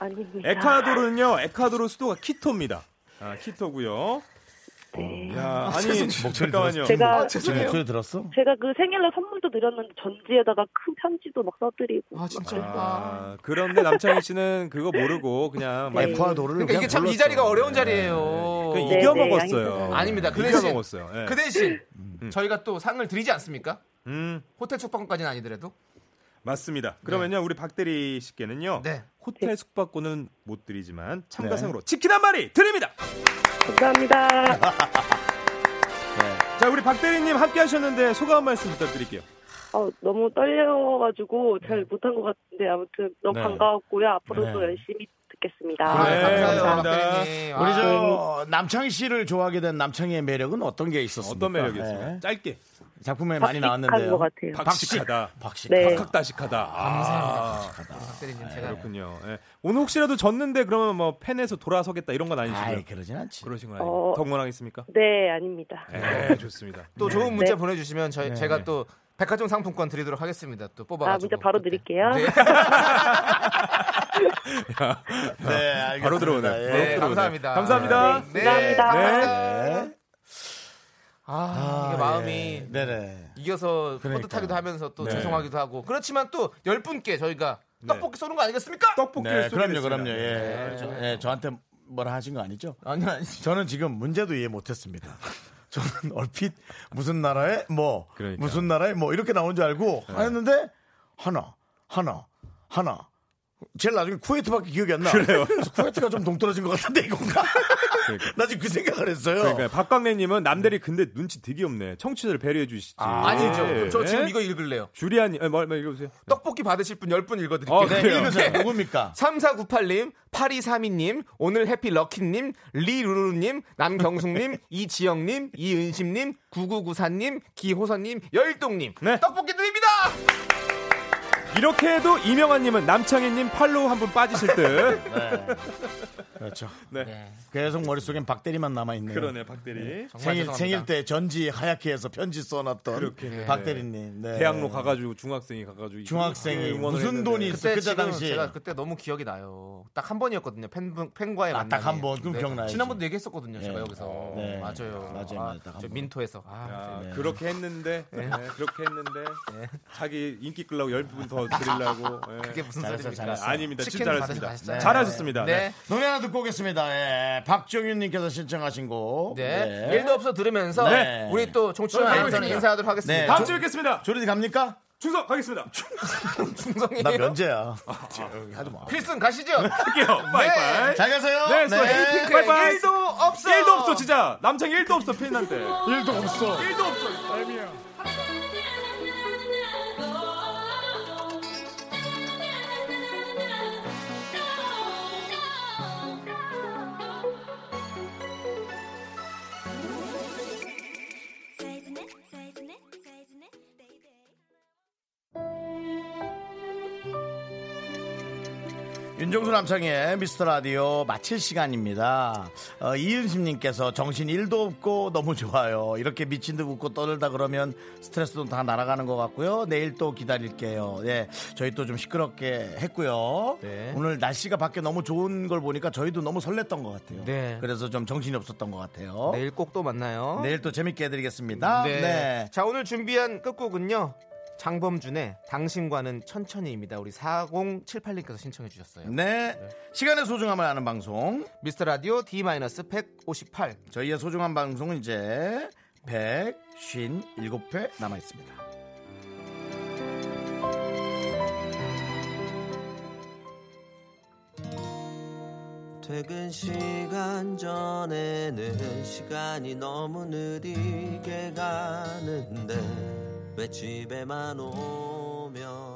Speaker 12: 아닙니다.
Speaker 6: 에콰도르는요. 에콰도르 수도가 키토입니다. 아, 키토고요. 야, 네. 아니 잠깐만요.
Speaker 12: 제가
Speaker 2: 아,
Speaker 1: 목소리 들었어?
Speaker 12: 제가 그 생일날 선물도 드렸는데 전지에다가 큰 편지도 막 써드리고. 아 진짜.
Speaker 6: 아, 그런데 남창희 씨는 그거 모르고 그냥
Speaker 1: 네. 에콰도르를
Speaker 2: 그러니까 이게 참 이 자리가 어려운 자리예요. 네.
Speaker 6: 그냥 이겨 먹었어요.
Speaker 2: 아닙니다. 그
Speaker 6: 이겨
Speaker 2: 대신
Speaker 6: 먹었어요. 예.
Speaker 2: 그 대신 저희가 또 상을 드리지 않습니까?
Speaker 6: 음,
Speaker 2: 호텔 숙박까지는 아니더라도. 네.
Speaker 6: 맞습니다. 그러면요. 우리 박대리 씨께는요. 호텔 숙박권은 못 드리지만 참가상으로
Speaker 2: 네.
Speaker 6: 치킨 한 마리 드립니다.
Speaker 12: 감사합니다.
Speaker 6: 자, 우리 박대리님 함께 하셨는데 소감 한 말씀 부탁드릴게요.
Speaker 12: 어, 너무 떨려가지고 잘 못한 것 같은데 아무튼 너무
Speaker 6: 네.
Speaker 12: 반가웠고요. 앞으로도
Speaker 1: 네.
Speaker 12: 열심히 듣겠습니다.
Speaker 1: 아,
Speaker 2: 네,
Speaker 12: 네.
Speaker 1: 우리 저 남창희 씨를 좋아하게 된 남창희의 매력은 어떤 게 있었습니까?
Speaker 6: 아, 그 어떤 매력이었습니까?
Speaker 1: 네.
Speaker 6: 짧게.
Speaker 1: 작품에 많이
Speaker 12: 박식한
Speaker 1: 나왔는데요.
Speaker 12: 것 같아요.
Speaker 6: 박식하다.
Speaker 1: 박식.
Speaker 12: 네.
Speaker 6: 박학다식하다. 아,
Speaker 2: 박대리님
Speaker 6: 아,
Speaker 2: 제가
Speaker 6: 그렇군요. 예. 오늘 혹시라도 졌는데 그러면 뭐 팬에서 돌아서겠다 이런 건 아니시죠?
Speaker 1: 아이, 그러진 않지.
Speaker 6: 그러신 건 아니에요.
Speaker 12: 어.
Speaker 6: 더 응원하겠습니까?
Speaker 12: 네, 아닙니다.
Speaker 6: 네, 좋습니다.
Speaker 2: 또 좋은 문자
Speaker 12: 네.
Speaker 2: 보내주시면 저희
Speaker 6: 네.
Speaker 2: 제가 또 백화점 상품권 드리도록 하겠습니다. 또
Speaker 12: 아,
Speaker 2: 뽑아가지고. 네,
Speaker 12: 문자 바로 드릴게요. 네,
Speaker 1: 네, 알겠습니다.
Speaker 6: 바로 들어오네.
Speaker 1: 예.
Speaker 6: 바로 들어오네.
Speaker 2: 감사합니다.
Speaker 6: 감사합니다.
Speaker 2: 네.
Speaker 12: 감사합니다.
Speaker 1: 네.
Speaker 2: 아, 이게
Speaker 1: 아,
Speaker 2: 마음이
Speaker 1: 예. 네네.
Speaker 2: 이겨서
Speaker 1: 그러니까요.
Speaker 2: 뿌듯하기도 하면서 또
Speaker 1: 네.
Speaker 2: 죄송하기도 하고 그렇지만 또 열 분께 저희가 떡볶이 쏘는 거 아니겠습니까?
Speaker 6: 떡볶이를
Speaker 1: 네, 그럼요,
Speaker 6: 쏘겠습니다. 그렇죠.
Speaker 1: 그럼요. 예. 저, 예, 저한테 뭐라 하신 거 아니죠?
Speaker 2: 아니 아니.
Speaker 1: 저는 지금 문제도 이해 못했습니다. [LAUGHS] 저는 얼핏 무슨 나라에 뭐
Speaker 6: 그러니까.
Speaker 1: 무슨 나라에 뭐 이렇게 나온 줄 알고
Speaker 6: 네.
Speaker 1: 했는데 하나 하나 하나 제일 나중에 쿠웨이트밖에 기억이 안 나. [LAUGHS] 그래요. 쿠웨이트가 좀 동떨어진 것 같은데 이건가? [LAUGHS] 나 지금 그 생각을 했어요.
Speaker 6: 그러니까 박광래님은 남대리 근데 눈치 되게 없네. 청취자를 배려해 주시지.
Speaker 2: 아, 니죠저 지금
Speaker 6: 예?
Speaker 2: 이거 읽을래요.
Speaker 6: 주리안이 아, 말, 말 읽어보세요.
Speaker 2: 떡볶이 받으실 분 10분
Speaker 6: 어,
Speaker 2: 읽어드릴게요. [LAUGHS]
Speaker 1: 네,
Speaker 6: 그래요.
Speaker 1: 읽으세요. 누굽니까?
Speaker 2: 3498님, 8232님, 오늘 해피 럭키님, 리루루님,
Speaker 1: [LAUGHS]
Speaker 2: 남경숙님, 이지영님, 이은심님, 9994님, 기호선님, 열동님.
Speaker 6: 네.
Speaker 2: 떡볶이 드립니다!
Speaker 6: 이렇게 해도 이명환님은 남창희님 팔로우 한 분 빠지실 듯.
Speaker 1: 그렇죠.
Speaker 6: 네.
Speaker 1: 계속 머릿속엔 박대리만 남아 있네요.
Speaker 6: 그러네 박대리.
Speaker 1: 아, 생일
Speaker 2: 죄송합니다.
Speaker 1: 생일 때 전지 하얗게 해서 편지 써놨던
Speaker 6: 그렇게.
Speaker 1: 박대리님. 네.
Speaker 6: 대학로 가가지고 중학생이 가가지고
Speaker 1: 중학생이
Speaker 6: 응원을
Speaker 1: 무슨
Speaker 6: 했는데.
Speaker 1: 돈이 있어?
Speaker 2: 그때
Speaker 1: 그때
Speaker 2: 지금
Speaker 1: 당시
Speaker 2: 제가 그때 너무 기억이 나요. 딱 한 번이었거든요. 팬분 팬과의
Speaker 1: 아,
Speaker 2: 만남.
Speaker 1: 딱한 번. 그럼 기억나요.
Speaker 2: 지난번도 얘기했었거든요. 제가
Speaker 1: 네.
Speaker 2: 여기서
Speaker 1: 네.
Speaker 2: 맞아요.
Speaker 1: 맞아요, 맞아요.
Speaker 2: 아,
Speaker 1: 딱한
Speaker 2: 저
Speaker 1: 번.
Speaker 2: 민토에서 아,
Speaker 6: 아,
Speaker 2: 네.
Speaker 6: 그렇게 했는데 네, 그렇게 했는데 자기 인기 끌라고 열 분 더 드리려고 예.
Speaker 2: 그게 무슨
Speaker 1: 잘했어,
Speaker 2: 소리입니까?
Speaker 1: 잘했어.
Speaker 6: 아닙니다
Speaker 2: 치킨
Speaker 6: 진짜 잘했습니다
Speaker 2: 받으셨죠?
Speaker 6: 잘하셨습니다
Speaker 2: 네.
Speaker 6: 네.
Speaker 1: 노래 하나 듣고 오겠습니다. 예. 박정윤님께서 신청하신 곡.
Speaker 2: 네. 일도 없어 들으면서
Speaker 1: 네.
Speaker 2: 우리 또 정치원
Speaker 6: 저는
Speaker 2: 아나운서는
Speaker 6: 가겠습니다.
Speaker 2: 인사하도록
Speaker 1: 네.
Speaker 2: 하겠습니다.
Speaker 6: 다음 주에 뵙겠습니다
Speaker 1: 조리디 갑니까?
Speaker 6: 충성 하겠습니다
Speaker 2: 충성이에요.
Speaker 1: 나 면제야. 저기 하지 마.
Speaker 2: 필승 가시죠.
Speaker 6: 할게요
Speaker 2: 네.
Speaker 6: 빠이빠이
Speaker 1: 잘 가세요.
Speaker 6: 네,
Speaker 1: 네.
Speaker 6: 수고하셨습니다. 빠이빠이
Speaker 2: 일도 없어.
Speaker 6: 일도 없어 진짜 남창 일도 없어 팬한테 일도 없어 일도 없어
Speaker 4: 너
Speaker 1: 윤정수 남창의 미스터 라디오 마칠 시간입니다. 어, 이은심님께서 정신 1도 없고 너무 좋아요. 이렇게 미친 듯 웃고 떠들다 그러면 스트레스도 다 날아가는 것 같고요. 내일 또 기다릴게요. 네, 저희 또 좀 시끄럽게 했고요.
Speaker 2: 네.
Speaker 1: 오늘 날씨가 밖에 너무 좋은 걸 보니까 저희도 너무 설렜던 것 같아요.
Speaker 2: 네.
Speaker 1: 그래서 좀 정신이 없었던 것 같아요.
Speaker 2: [LAUGHS] 내일 꼭 또 만나요.
Speaker 1: 내일 또 재밌게 해드리겠습니다.
Speaker 2: 네.
Speaker 1: 네.
Speaker 2: 자, 오늘 준비한 끝곡은요. 장범준의 당신과는 천천히입니다. 우리 4078님께서 신청해 주셨어요.
Speaker 1: 네. 시간의 소중함을 아는 방송.
Speaker 2: 미스터 라디오 D-158.
Speaker 1: 저희의 소중한 방송은 이제 157회 남아 있습니다.
Speaker 13: 퇴근 시간 전에는 시간이 너무 느리게 가는데 왜 집에만 오면